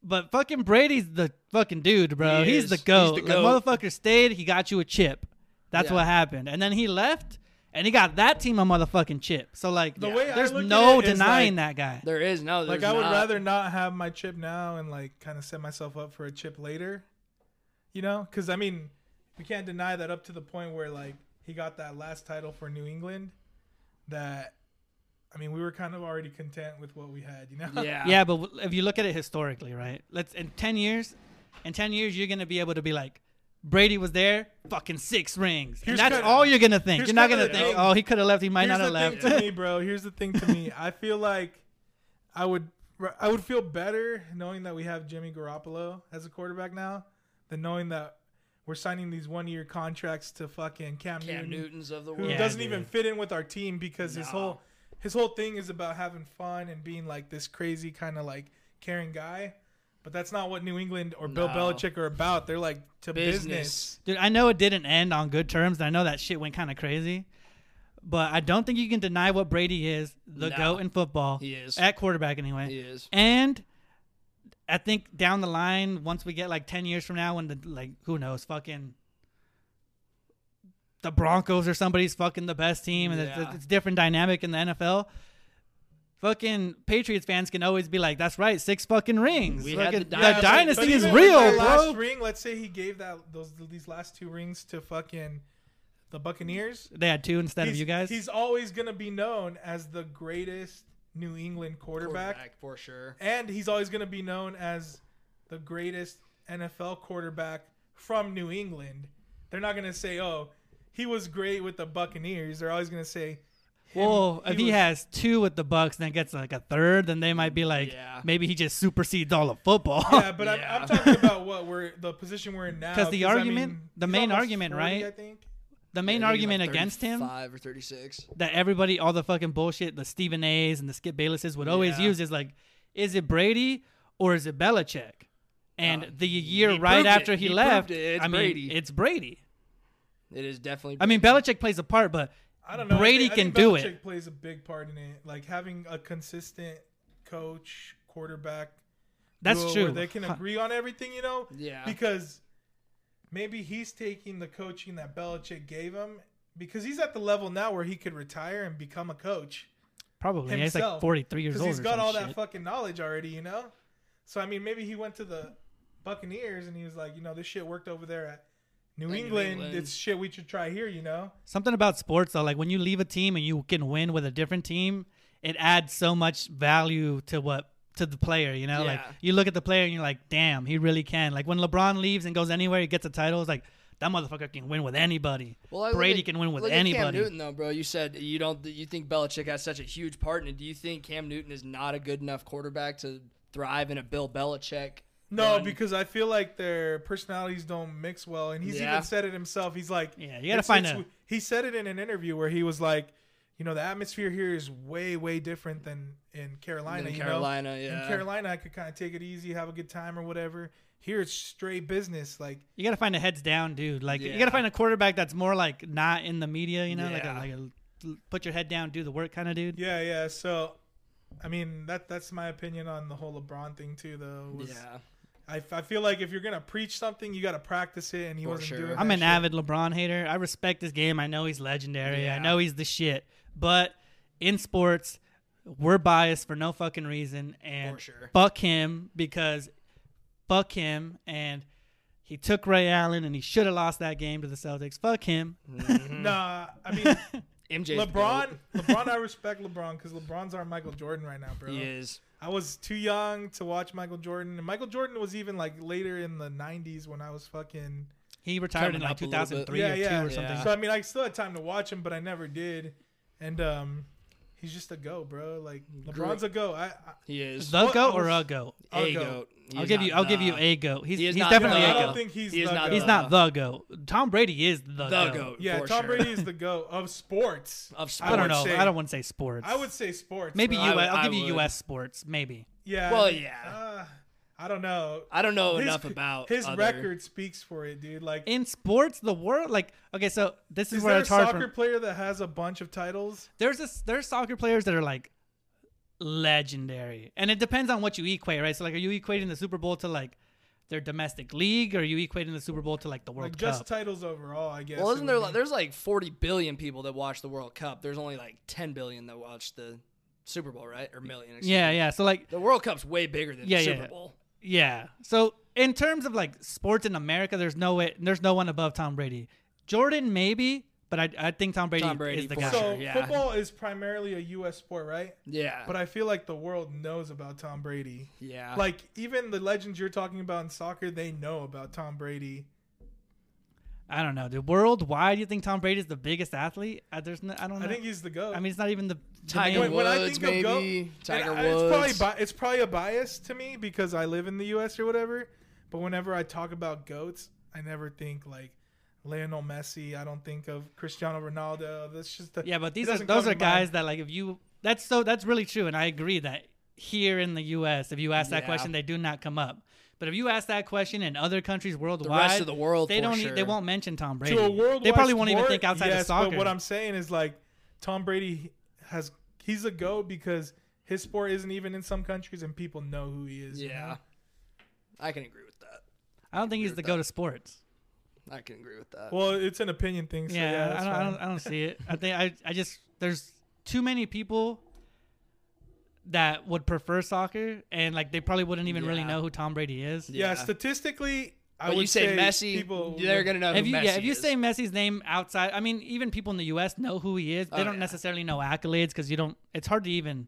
But fucking Brady's the fucking dude, bro.
He
he's
is.
the
He's
goat.
the
Like,
goat.
motherfucker stayed. He got you a chip. That's
Yeah.
what happened. And then he left, and he got that team a motherfucking chip. So like,
The way I
there's
look at
no
it is,
denying
like,
that guy.
There is no.
Like
there's
I would
not.
rather not have my chip now and like kind of set myself up for a chip later. You know, because I mean, we can't deny that up to the point where like he got that last title for New England. That, I mean, we were kind of already content with what we had. You know.
Yeah.
Yeah, but w- if you look at it historically, right? Let's in ten years, in ten years you're gonna be able to be like. Brady was there, fucking six rings.
Here's
and that's
kinda-
all you're gonna think.
here's
You're not
kinda
gonna
the
think,
thing.
oh, he could have left. He
Here's
might not have
the
left.
thing to me, bro. Here's the thing to me. I feel like I would I would feel better knowing that we have Jimmy Garoppolo as a quarterback now than knowing that we're signing these one year contracts to fucking Cam, Newton,
Cam Newton's of the
who
world.
Yeah,
doesn't
dude.
even fit in with our team because his
No.
whole his whole thing is about having fun and being like this crazy kind of like caring guy. But that's not what New England or Bill
No.
Belichick are about. They're like to business.
Business.
Dude, I know it didn't end on good terms, and I know that shit went kind of crazy, but I don't think you can deny what Brady is the
No.
GOAT in football.
He is.
At quarterback, anyway.
He is.
And I think down the line, once we get like 10 years from now, when the, like, who knows, fucking the Broncos or somebody's fucking the best team, and
Yeah.
it's, it's different dynamic in the NFL. Fucking Patriots fans can always be like, "That's right, six fucking rings."
We had
Fucking-
the
the
dynasty.
dynasty
But
is
even with
real,
that
bro.
Last ring, let's say he gave that those these last two rings to fucking the Buccaneers.
they had two instead
He's,
of you guys.
he's always gonna be known as the greatest New England quarterback,
for sure.
and he's always gonna be known as the greatest NFL quarterback from New England. They're not gonna say, "Oh, he was great with the Buccaneers." They're always gonna say.
Well,
he
if he
was-
has two with the Bucks and then gets like a third, then they might be like,
Yeah.
maybe he just supersedes all of football.
Yeah, but I'm,
Yeah.
I'm talking about what we're the position we're in now.
'Cause the
I
argument-
mean,
the
he's
main
almost
argument,
40,
right?
I think.
the main argument against him
Five or thirty-six.
that everybody, all the fucking bullshit, the Stephen A's and the Skip Baylesses would always
Yeah.
use is like, is it Brady or is it Belichick? And
Uh,
the year
he
right
proved
after
it.
he,
He
left,
proved it. It's
I mean,
Brady.
it's Brady.
It is definitely.
I mean, Belichick plays a part, but
I don't know. I
Brady
think- I think
can do
Belichick
it.
Plays a big part in it, like having a consistent coach, quarterback.
that's
duo
true.
Where they can
Huh.
agree on everything, you know.
Yeah.
Because maybe he's taking the coaching that Belichick gave him because he's at the level now where he could retire and become a coach
Probably. Yeah,
himself.
He's like 43 years
because
old.
He's
or
got
some
all
shit.
that fucking knowledge already, you know. So I mean, maybe he went to the Buccaneers and he was like, you know, this shit worked over there at New
Like New
England.
England.
It's shit we should try here, you know.
Something about sports though, like when you leave a team and you can win with a different team, it adds so much value to what to the player, you know? Like
Yeah.
you look at the player and you're like, damn, he really can. Like when LeBron leaves and goes anywhere, he gets a title, it's like that motherfucker can win with anybody.
I look
Brady
at-
can win with
look at Cam
anybody.
Newton, though, bro, you said you don't. You think Belichick has such a huge part in it. Do you think Cam Newton is not a good enough quarterback to thrive in a Bill Belichick?
No,
run?
because I feel like their personalities don't mix well, and he's
Yeah.
even said it himself. He's like,
Yeah, you gotta find a-
He said it in an interview where he was like, you know, the atmosphere here is way, way different than in Carolina.
Than
you know?
Carolina,
In
yeah.
Carolina, I could kind of take it easy, have a good time or whatever. Here, it's straight business. Like,
You gotta find a heads down dude. Like you
Yeah.
gotta find a quarterback that's more like not in the media, you know, like a
Yeah.
like a put your head down, do the work kind of dude.
yeah, yeah. So, I mean, that that's my opinion on the whole LeBron thing too. Though, was-
yeah,
I, I feel like if you're gonna preach something, you gotta practice it, and he
For
wasn't
sure.
doing.
I'm
that
an
shit.
avid LeBron hater. I respect his game. I know he's legendary. I
Yeah.
know he's the shit. But in sports, we're biased for no fucking reason. And
For sure.
fuck him because fuck him. And he took Ray Allen and he should have lost that game to the Celtics. Fuck him.
Mm-hmm. Nah, I mean.
MJ.
LeBron, LeBron, I respect LeBron because LeBron's our Michael Jordan right now, bro.
He is.
I was too young to watch Michael Jordan, and Michael Jordan was even like later in the '90s when I was fucking.
He retired in
Coming
like
up a little bit.
2003
yeah,
or
yeah.
two or something.
yeah.
So I mean, I still had time to watch him, but I never did. And um, he's just a go, bro. Like LeBron's a go. I, I
He is.
The
What
goat or
else?
a goat?
I'll
a
go.
goat. He
I'll
is
give
not
you. I'll give
the-
you a goat. He's,
He is
he's
not
definitely
the-
I
a
don't
goat.
think he's.
He is
the
not
goat.
He's not the goat. Tom Brady is the,
the
goat.
goat.
Yeah,
for
Tom
sure.
Brady is the go of sports.
of
I
sports.
don't
would
know.
say-
I don't want to say sports.
I would say sports.
Maybe
bro.
U.S.
would-
I'll
I
give you
would.
U.S. sports. Maybe
Yeah.
Well,
I mean,
yeah.
uh, I don't know.
I don't know
His-
enough about
his
other-
record speaks for it, dude. Like
in sports, the world like okay. So this is,
Is
where
there a
it's hard.
soccer
For,
player that has a bunch of titles?
there's this. There's soccer players that are like legendary, and it depends on what you equate, right? So like, are you equating the Super Bowl to like their domestic league, or are you equating the Super Bowl to like the World
Like just
Cup?
titles overall, I guess.
Well,
it
isn't there?
would
Like,
be.
there's like 40 billion people that watch the World Cup. There's only like 10 billion that watch the Super Bowl, right? Or million. excuse
yeah,
me.
yeah. So like,
The World Cup's way bigger than
Yeah,
the
yeah,
Super
yeah.
Bowl.
yeah. So in terms of like sports in America, there's no way. There's no one above Tom Brady. Jordan maybe, but I, I think Tom Brady,
Tom Brady
is the
for
guy.
sure.
so
yeah.
football is primarily a U.S. sport, right?
Yeah.
But I feel like the world knows about Tom Brady.
yeah.
Like even the legends you're talking about in soccer, they know about Tom Brady.
I don't know, dude. Worldwide, you think Tom Brady is the biggest athlete? Uh, there's no, I don't know.
I think he's the goat.
I mean, it's not even the the
Tiger
main-
when, when I
Woods,
think of goat,
maybe.
and
Tiger
I- it's probably
Woods.
bi- it's probably a bias to me because I live in the U.S. or whatever. But whenever I talk about goats, I never think like Lionel Messi. I don't think of Cristiano Ronaldo. That's just the,
Yeah, but
it
these are
doesn't come
those
to
are
mind.
guys that like if you that's so that's really true, and I agree that here in the U.S. if you ask that
Yeah.
question, they do not come up. But if you ask that question in other countries worldwide,
of the world,
they
for
don't e- they
sure.
won't mention Tom Brady.
to a worldwide
they probably won't even
sport,
think outside
yes,
of soccer.
But what I'm saying is like Tom Brady has he's a goat because his sport isn't even in some countries and people know who he is. you
yeah.
know?
I can agree with that.
I don't think he's
uh,
the
with
go to sports.
I can agree with that.
Well, it's an opinion thing. So yeah,
yeah,
that's
I, don't, I
fine.
don't I don't see it. I think I I just there's too many people that would prefer soccer and like they probably wouldn't even really
Yeah.
know who Tom Brady is.
yeah,
yeah.
statistically, I
but
would
you say, Messi,
people
they're
would-
gonna know.
if
who
you
Messi
yeah, if you
is.
say Messi's name outside, I mean, even people in the U.S. know who he is. They
Oh,
don't
yeah.
necessarily know accolades because you don't. It's hard to even,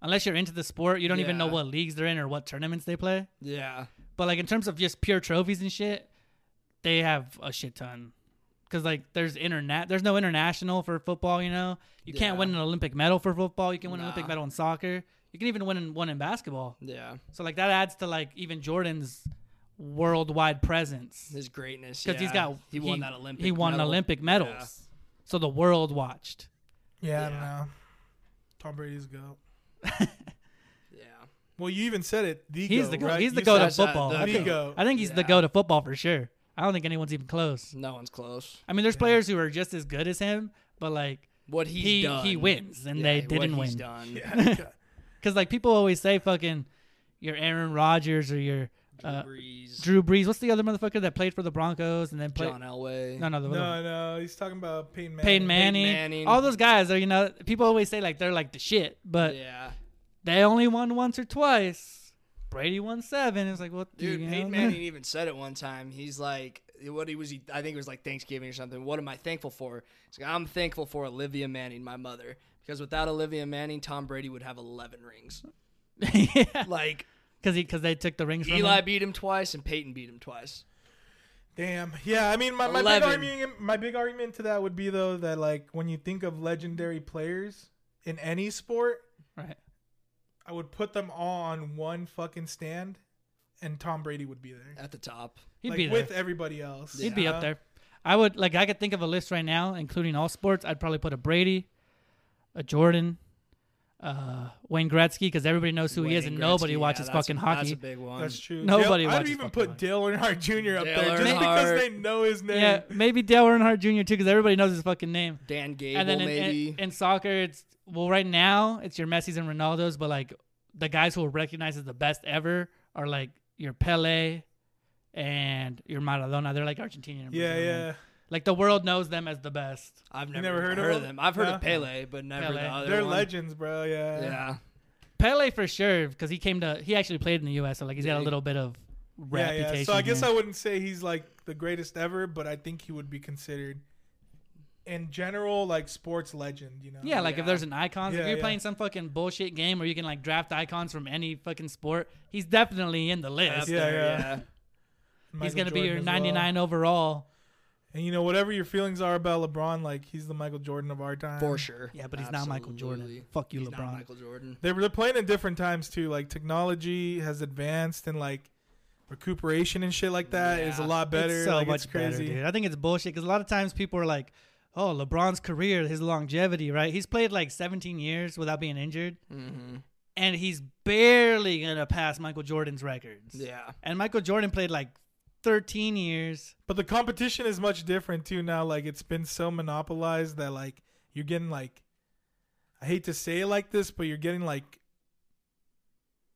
unless you're into the sport, you don't even know
Yeah.
what leagues they're in or what tournaments they play.
yeah,
But like in terms of just pure trophies and shit, they have a shit ton. because like there's internet, there's no international for football. You know, you can't
Yeah.
win an Olympic medal for football. You can win an Olympic
Nah.
medal in soccer. You can even win in, one in basketball.
Yeah,
So like that adds to like even Jordan's worldwide presence
his greatness.
because he's
yeah.
got
he won that Olympic.
he won
medal.
Olympic medals.
Yeah.
So the world watched.
Yeah, I don't
Yeah.
know. Tom Brady's a goat.
Yeah,
Well, you even said it. The
He's
goat,
the go-
right?
he's the
You
go to
said that,
football.
the
I think,
goat.
I think he's the
Yeah.
go to football for sure. I don't think anyone's even close.
no one's close.
I mean, there's players who are just as good as him, but like
What he's
He-
done,
he wins, and they
what
didn't
he's
win.
Done.
said- Yeah.
Because like people always say, fucking, your Aaron Rodgers or your
Drew
uh,
Brees,
Drew Brees. What's the other motherfucker that played for the Broncos and then played?
John Elway.
No, no, the other one.
no, no, he's talking about Peyton Manning.
Peyton Manning.
Manning.
All those guys are, you know, people always say like they're like the shit, but
Yeah,
they only won once or twice. Brady won seven. It's like, well,
dude,
you
Peyton
know?
Manning even said it one time. He's like, "What he was? He, I think it was like Thanksgiving or something. What am I thankful for?" He's like, "I'm thankful for Olivia Manning, my mother, because without Olivia Manning, Tom Brady would have 11 rings.
yeah,
Like
because because they took the rings. From
Eli
him.
beat him twice, and Peyton beat him twice.
Damn. Yeah, I mean, my, my big
Eleven.
argument, my big argument to that would be though that like when you think of legendary players in any sport,
Right.
I would put them all on one fucking stand, and Tom Brady would be there,
At the top,
He'd
like
be there.
with everybody else.
He'd be up there. I would like I could think of a list right now, including all sports. I'd probably put a Brady, a Jordan, uh, Wayne Gretzky, because everybody knows who he is,
Wayne
and nobody
Gretzky, yeah,
watches
that's-
fucking
That's
hockey.
a big one.
That's true.
Nobody
Dale, I'd
watches
even
fucking
put Dale Earnhardt Jr. up
Dale
there just
Earnhardt.
because they know his name.
yeah, maybe Dale Earnhardt Jr. too, because everybody knows his fucking name.
Dan Gable,
and then in,
maybe.
in, in soccer, it's well, right now it's your Messi's and Ronaldo's, but like the guys who are recognized as the best ever are like your Pele and your Maradona. They're like Argentinian. and
Yeah,
Brazilian.
yeah.
Like the world knows them as the best.
I've never,
never heard of
heard
him?
of them. I've heard
No.
of Pele, but never
Pele.
the other
They're
one.
legends, bro. Yeah.
Yeah,
Pele for sure because he came to he actually played in the U.S. So like he's got a
Did he?
little bit of
Yeah,
reputation.
yeah. So I guess
here.
I wouldn't say he's like the greatest ever, but I think he would be considered in general like sports legend, you know.
yeah, like
Yeah.
if there's an icons, if
Yeah,
you're
yeah.
playing some fucking bullshit game where you can like draft icons from any fucking sport, he's definitely in the list.
Up
Yeah,
there,
yeah.
yeah.
he's
Michael
gonna be
Jordan
your
as well.
99 overall.
And you know, whatever your feelings are about LeBron, like he's the Michael Jordan of our time.
for sure.
Um, Yeah, but he's not Michael Jordan.
Absolutely.
Fuck you,
He's not
LeBron.
Michael Jordan.
They're, they're playing at different times too. Like technology has advanced and like recuperation and shit like that is a
Yeah.
lot better.
It's so
like,
much
it's crazy.
better, dude. I think it's bullshit because a lot of times people are like, "Oh, LeBron's career, his longevity, right? He's played like 17 years without being injured,
Mm-hmm.
and he's barely gonna pass Michael Jordan's records."
Yeah,
and Michael Jordan played like 13 years.
But the competition is much different too now. Like it's been so monopolized that like you're getting like I hate to say it like this, but you're getting like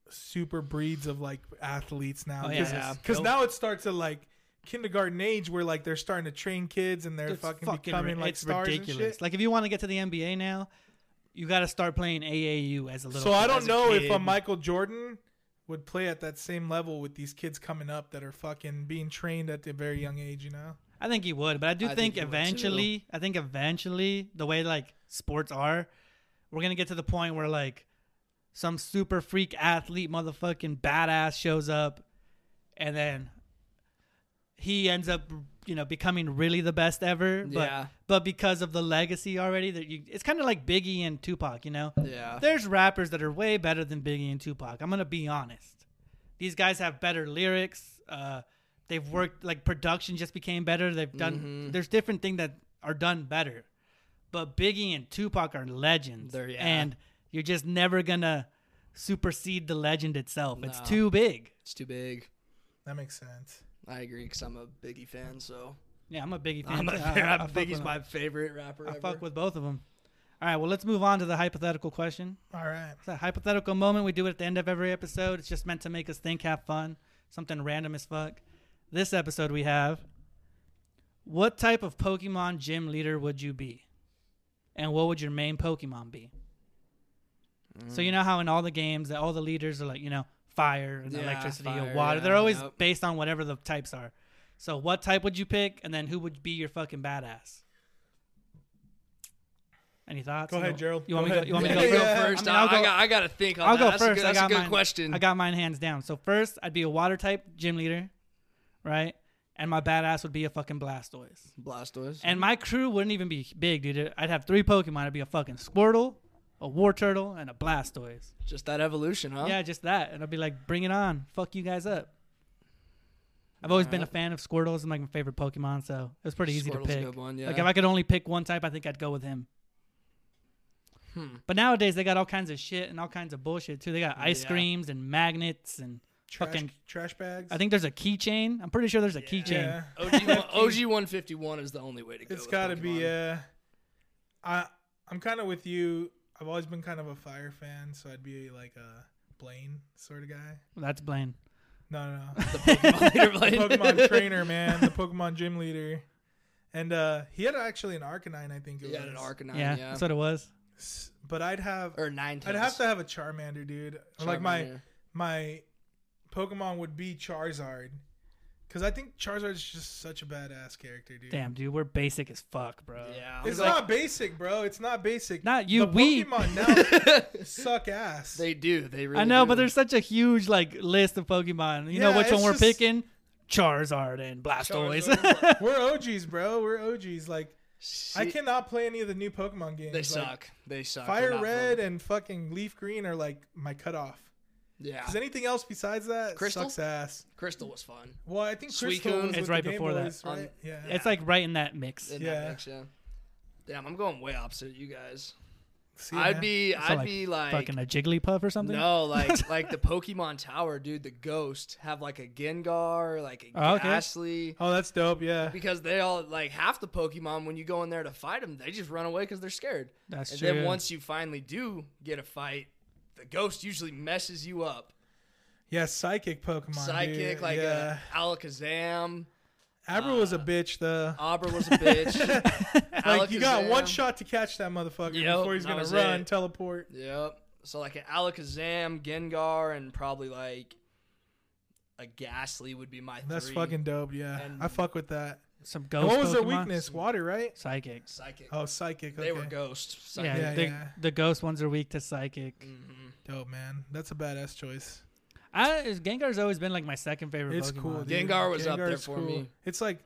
super breeds of like athletes now.
Oh, yeah,
Because
yeah.
now it starts at like kindergarten age where like they're starting to train kids and they're
It's
fucking,
fucking
becoming
ri-
like
it's
stars and
ridiculous.
shit.
Like if you want to get to the NBA now, you got to start playing AAU as a little.
so I don't
as
know if
kid.
a Michael Jordan would play at that same level with these kids coming up that are fucking being trained at a very young age, you know?
I think he would, but I do
I
think,
think he would,
eventually, I think eventually, the way like sports are, we're gonna get to the point where like some super freak athlete, motherfucking badass, shows up, and then he ends up, you know, becoming really the best ever. But,
Yeah.
But because of the legacy already, that you, it's kind of like Biggie and Tupac, you know.
yeah.
There's rappers that are way better than Biggie and Tupac. I'm gonna be honest. These guys have better lyrics. Uh, they've worked like production just became better. They've done
Mm-hmm.
there's different things that are done better, but Biggie and Tupac are legends,
They're- yeah.
and you're just never gonna supersede the legend itself. It's too big.
It's too big.
That makes sense.
I agree because I'm a Biggie fan. So
Yeah, I'm a Biggie fan.
I'm
too.
a,
I- I- I
I'm
fuck
Biggie's
with-
my favorite rapper.
I
ever.
fuck with both of them. All right, well, let's move on to the hypothetical question.
All right.
It's a hypothetical moment. We do it at the end of every episode. It's just meant to make us think, have fun, something random as fuck. This episode we have What type of Pokemon gym leader would you be? And what would your main Pokemon be? So,
Mm.
you know how in all the games that all the leaders are like, you know, fire and
Yeah,
electricity or
fire,
water.
yeah,
They're always
yep.
based on whatever the types are. So, what type would you pick? And then who would be your fucking badass? Any thoughts?
Go ahead, Gerald.
You want
Go
me? To go,
ahead.
you want me
You
to
go
go first?
first.
I
I,
mean, I'll go-
I got, I got to think on
I'll
that.
go
that's
first.
A good,
I
that's
got
a good
mine.
question.
I got mine hands down. So first, I'd be a water type gym leader, right? and my badass would be a fucking Blastoise.
Blastoise.
And my crew wouldn't even be big, dude. I'd have three Pokemon. I'd be a fucking Squirtle, a War Turtle, and a Blastoise.
just that evolution, huh?
Yeah, just that. And I'd be like, bring it on. Fuck you guys up. I've always been a
Alright.
fan of Squirtles. It's like my favorite Pokemon, so it was pretty easy
Squirtle's
to
a
pick.
good one,
Like
yeah.
if I could only pick one type, I think I'd go with him.
Hmm.
But nowadays they got all kinds of shit and all kinds of bullshit too. They got ice
Yeah.
creams and magnets and
Trash,
fucking.
trash bags.
I think there's a keychain. I'm pretty sure there's a keychain.
Yeah.
OG, one- OG 151 is the only way to go.
It's
with
got to be.
Pokemon.
Uh, I I'm kind of with you. I've always been kind of a fire fan, so I'd be like a Blaine sort of guy.
Well, that's Blaine.
No, no, no.
Pokemon leader
the
blade.
Pokemon trainer, man, the Pokemon gym leader, and uh, he had actually an Arcanine, I think it
He
was.
had an Arcanine,
yeah,
yeah.
that's what it was.
S- But I'd have
or nine.
I'd have to have a Charmander, dude. Like my
Charmander.
my Pokemon would be Charizard, because I think Charizard's just such a badass character, dude.
Damn, dude, we're basic as fuck, bro.
Yeah.
It's
like,
not basic, bro. It's not basic.
Not you,
The
we.
Pokemon now suck ass.
They do. They really.
I know,
do.
but there's such a huge like list of Pokemon. You know
Yeah,
which one
it's
we're
just-
picking? Charizard and Blastoise.
Charizard.
We're OGs, bro. We're OGs. Like I
See,
cannot play any of the new Pokemon games.
They
Like,
suck. They suck. They're
Fire
not
Red
fun.
and fucking Leaf Green are like my cutoff.
Yeah.
Because anything else besides that
Crystal?
sucks ass.
Crystal was fun.
Well, I think Crystal
Suicune?
was
It's
with
right
the Game
before that.
Boys,
On-
right? Yeah.
it's like right in that mix.
In
Yeah.
That mix, yeah. Damn, I'm going way opposite you guys.
See,
I'd
man.
be.
So,
I'd be like.
fucking a Jigglypuff or something.
No, like like the Pokemon Tower, dude. The Ghost have like a Gengar, like a
Oh, okay.
Ghastly,
Oh, that's dope. Yeah.
because they all like half the Pokemon. When you go in there to fight them, they just run away because they're scared.
That's
and
true.
then once you finally do get a fight, the Ghost usually messes you up.
Yeah, psychic Pokemon.
Psychic,
dude.
like
yeah.
a Alakazam.
Abra was a bitch though.
Abra was a bitch.
Like you got one
uh, Alakazam.
shot to catch that motherfucker
Yep,
before he's
that
gonna
was
run,
it.
teleport.
Yep. So like an Alakazam, Gengar, and probably like a Ghastly would be my
That's
three.
fucking dope. Yeah,
And-
I fuck with that.
Some
And
ghost.
what was their
Pokemon?
weakness? Water, right?
Psychic.
psychic.
Oh, psychic. Okay.
They were ghosts.
Yeah,
Psychic. Mm.
Yeah,
the,
yeah.
the ghost ones are weak to psychic.
Dope, man. That's a badass choice.
I Gengar's always been like my second favorite.
It's
Pokemon.
cool.
dude.
Dude.
Gengar was up there
Gengar's
for me.
It's like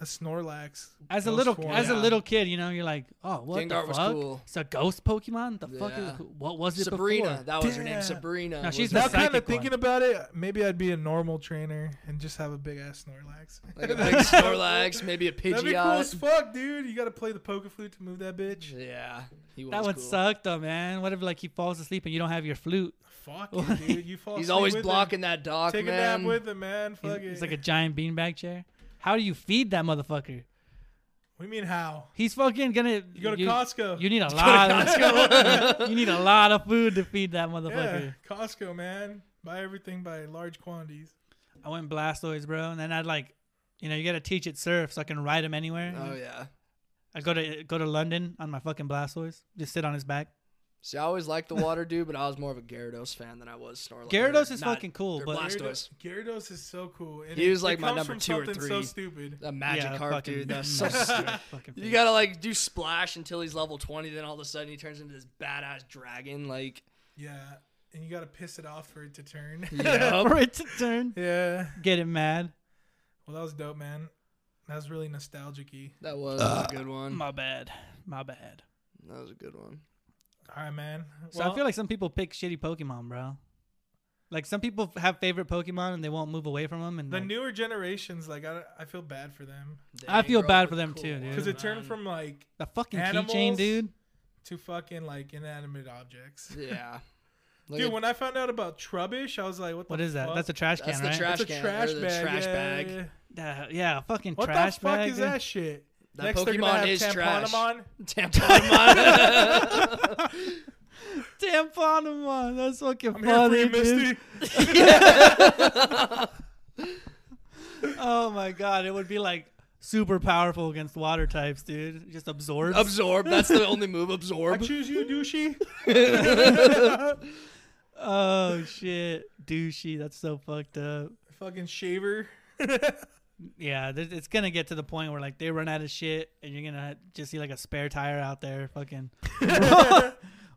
a Snorlax.
As a
ghost
little
form.
as a
Yeah.
little kid, you know, you're like, oh, what
Gengar
the
was
fuck?
cool.
It's a ghost Pokemon. The fuck is
Yeah.
what was it
Sabrina.
before?
That was her
Yeah.
name. Sabrina.
No,
was
she's
the-
Now,
not- psychic
kind of
one.
thinking about it, maybe I'd be a normal trainer and just have a big ass Snorlax.
like a big Snorlax, maybe a
That'd be cool as
Pidgeot.
fuck, dude. You got to play the poker flute to move that bitch.
Yeah, he was
That would
cool.
suck though, man. What if like he falls asleep and you don't have your flute?
Fuck it, dude. You fall
He's
asleep
always
with
blocking
Him.
that dock,
Take
man.
a nap with him, man. Fuck
It's
it.
like a giant beanbag chair. How do you feed that motherfucker?
What do you mean how?
He's fucking gonna.
You go to Costco.
You need a lot. Of, you need a lot of food to feed that
yeah,
motherfucker.
Costco, man. Buy everything by large quantities.
I went Blastoise, bro, and then I'd like, you know, you gotta teach it surf so I can ride him anywhere.
oh yeah.
I'd go to go to London on my fucking Blastoise, just sit on his back.
See, I always liked the water dude, but I was more of a Gyarados fan than I was Snorlax.
Gyarados
Or
is
not-
fucking cool,
or
but-
Blastoise.
Gyarados is so cool. And
He
it-
was, like,
it
my
comes
number
from
two or
something So
three.
stard
A magic
yeah,
Magikarp,
fucking-
dude. That's so
Nice.
sick.
Fucking
You
thing.
gotta like do splash until he's level twenty, then all of a sudden he turns into this badass dragon. Like,
Yeah, and you gotta piss it off for it to turn.
for it to turn.
yeah.
Get it mad.
Well, that was dope, man. That was really nostalgic-y.
that was, that was a good one.
My bad. My bad.
That was a good one.
All right, man.
So I feel like some people pick shitty Pokemon, bro. Like some people f- have favorite Pokemon and they won't move away from them. And
the
like-
newer generations, like I, I feel bad for them
I
They
feel
grow
bad
up
for
with
them
cool
too, dude.
ones,
because it
man.
turned from like
the fucking keychain,
animals.
dude.
to fucking like inanimate objects.
Yeah. Like
Dude,
a-
when I found out about Trubbish, I was like, what?
What
the
is that?
fuck?
That's a trash can,
That's the
right?
trash-
It's a
can,
trash
or the
bag.
trash
yeah,
bag.
yeah.
Uh, yeah, fucking
What
trash
the fuck
bag,
is
dude.
that shit?
That
Next they're gonna
Pokemon
have
is trash.
Tamponemon.
Tampon.
Damn Pokemon. That's fucking
I'm here for
funny,
you,
dude.
Misty.
Oh my god, it would be like super powerful against water types, dude. It Just absorbs.
absorb. That's the only move.
I
Absorb.
choose you, douchey.
oh shit, douchey. That's so fucked up.
Fucking shaver.
Yeah, th- it's gonna get to the point where like they run out of shit, and you're gonna just see like a spare tire out there, fucking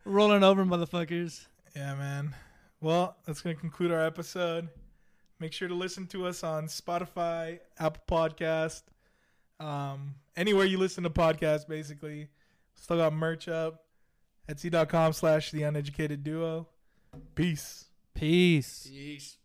rolling over motherfuckers.
Yeah, man. Well, that's gonna conclude our episode. Make sure to listen to us on Spotify, Apple Podcast, um, anywhere you listen to podcasts, basically. Still got merch up. Etsy.com slash the uneducated duo. Peace.
Peace.
Jeez.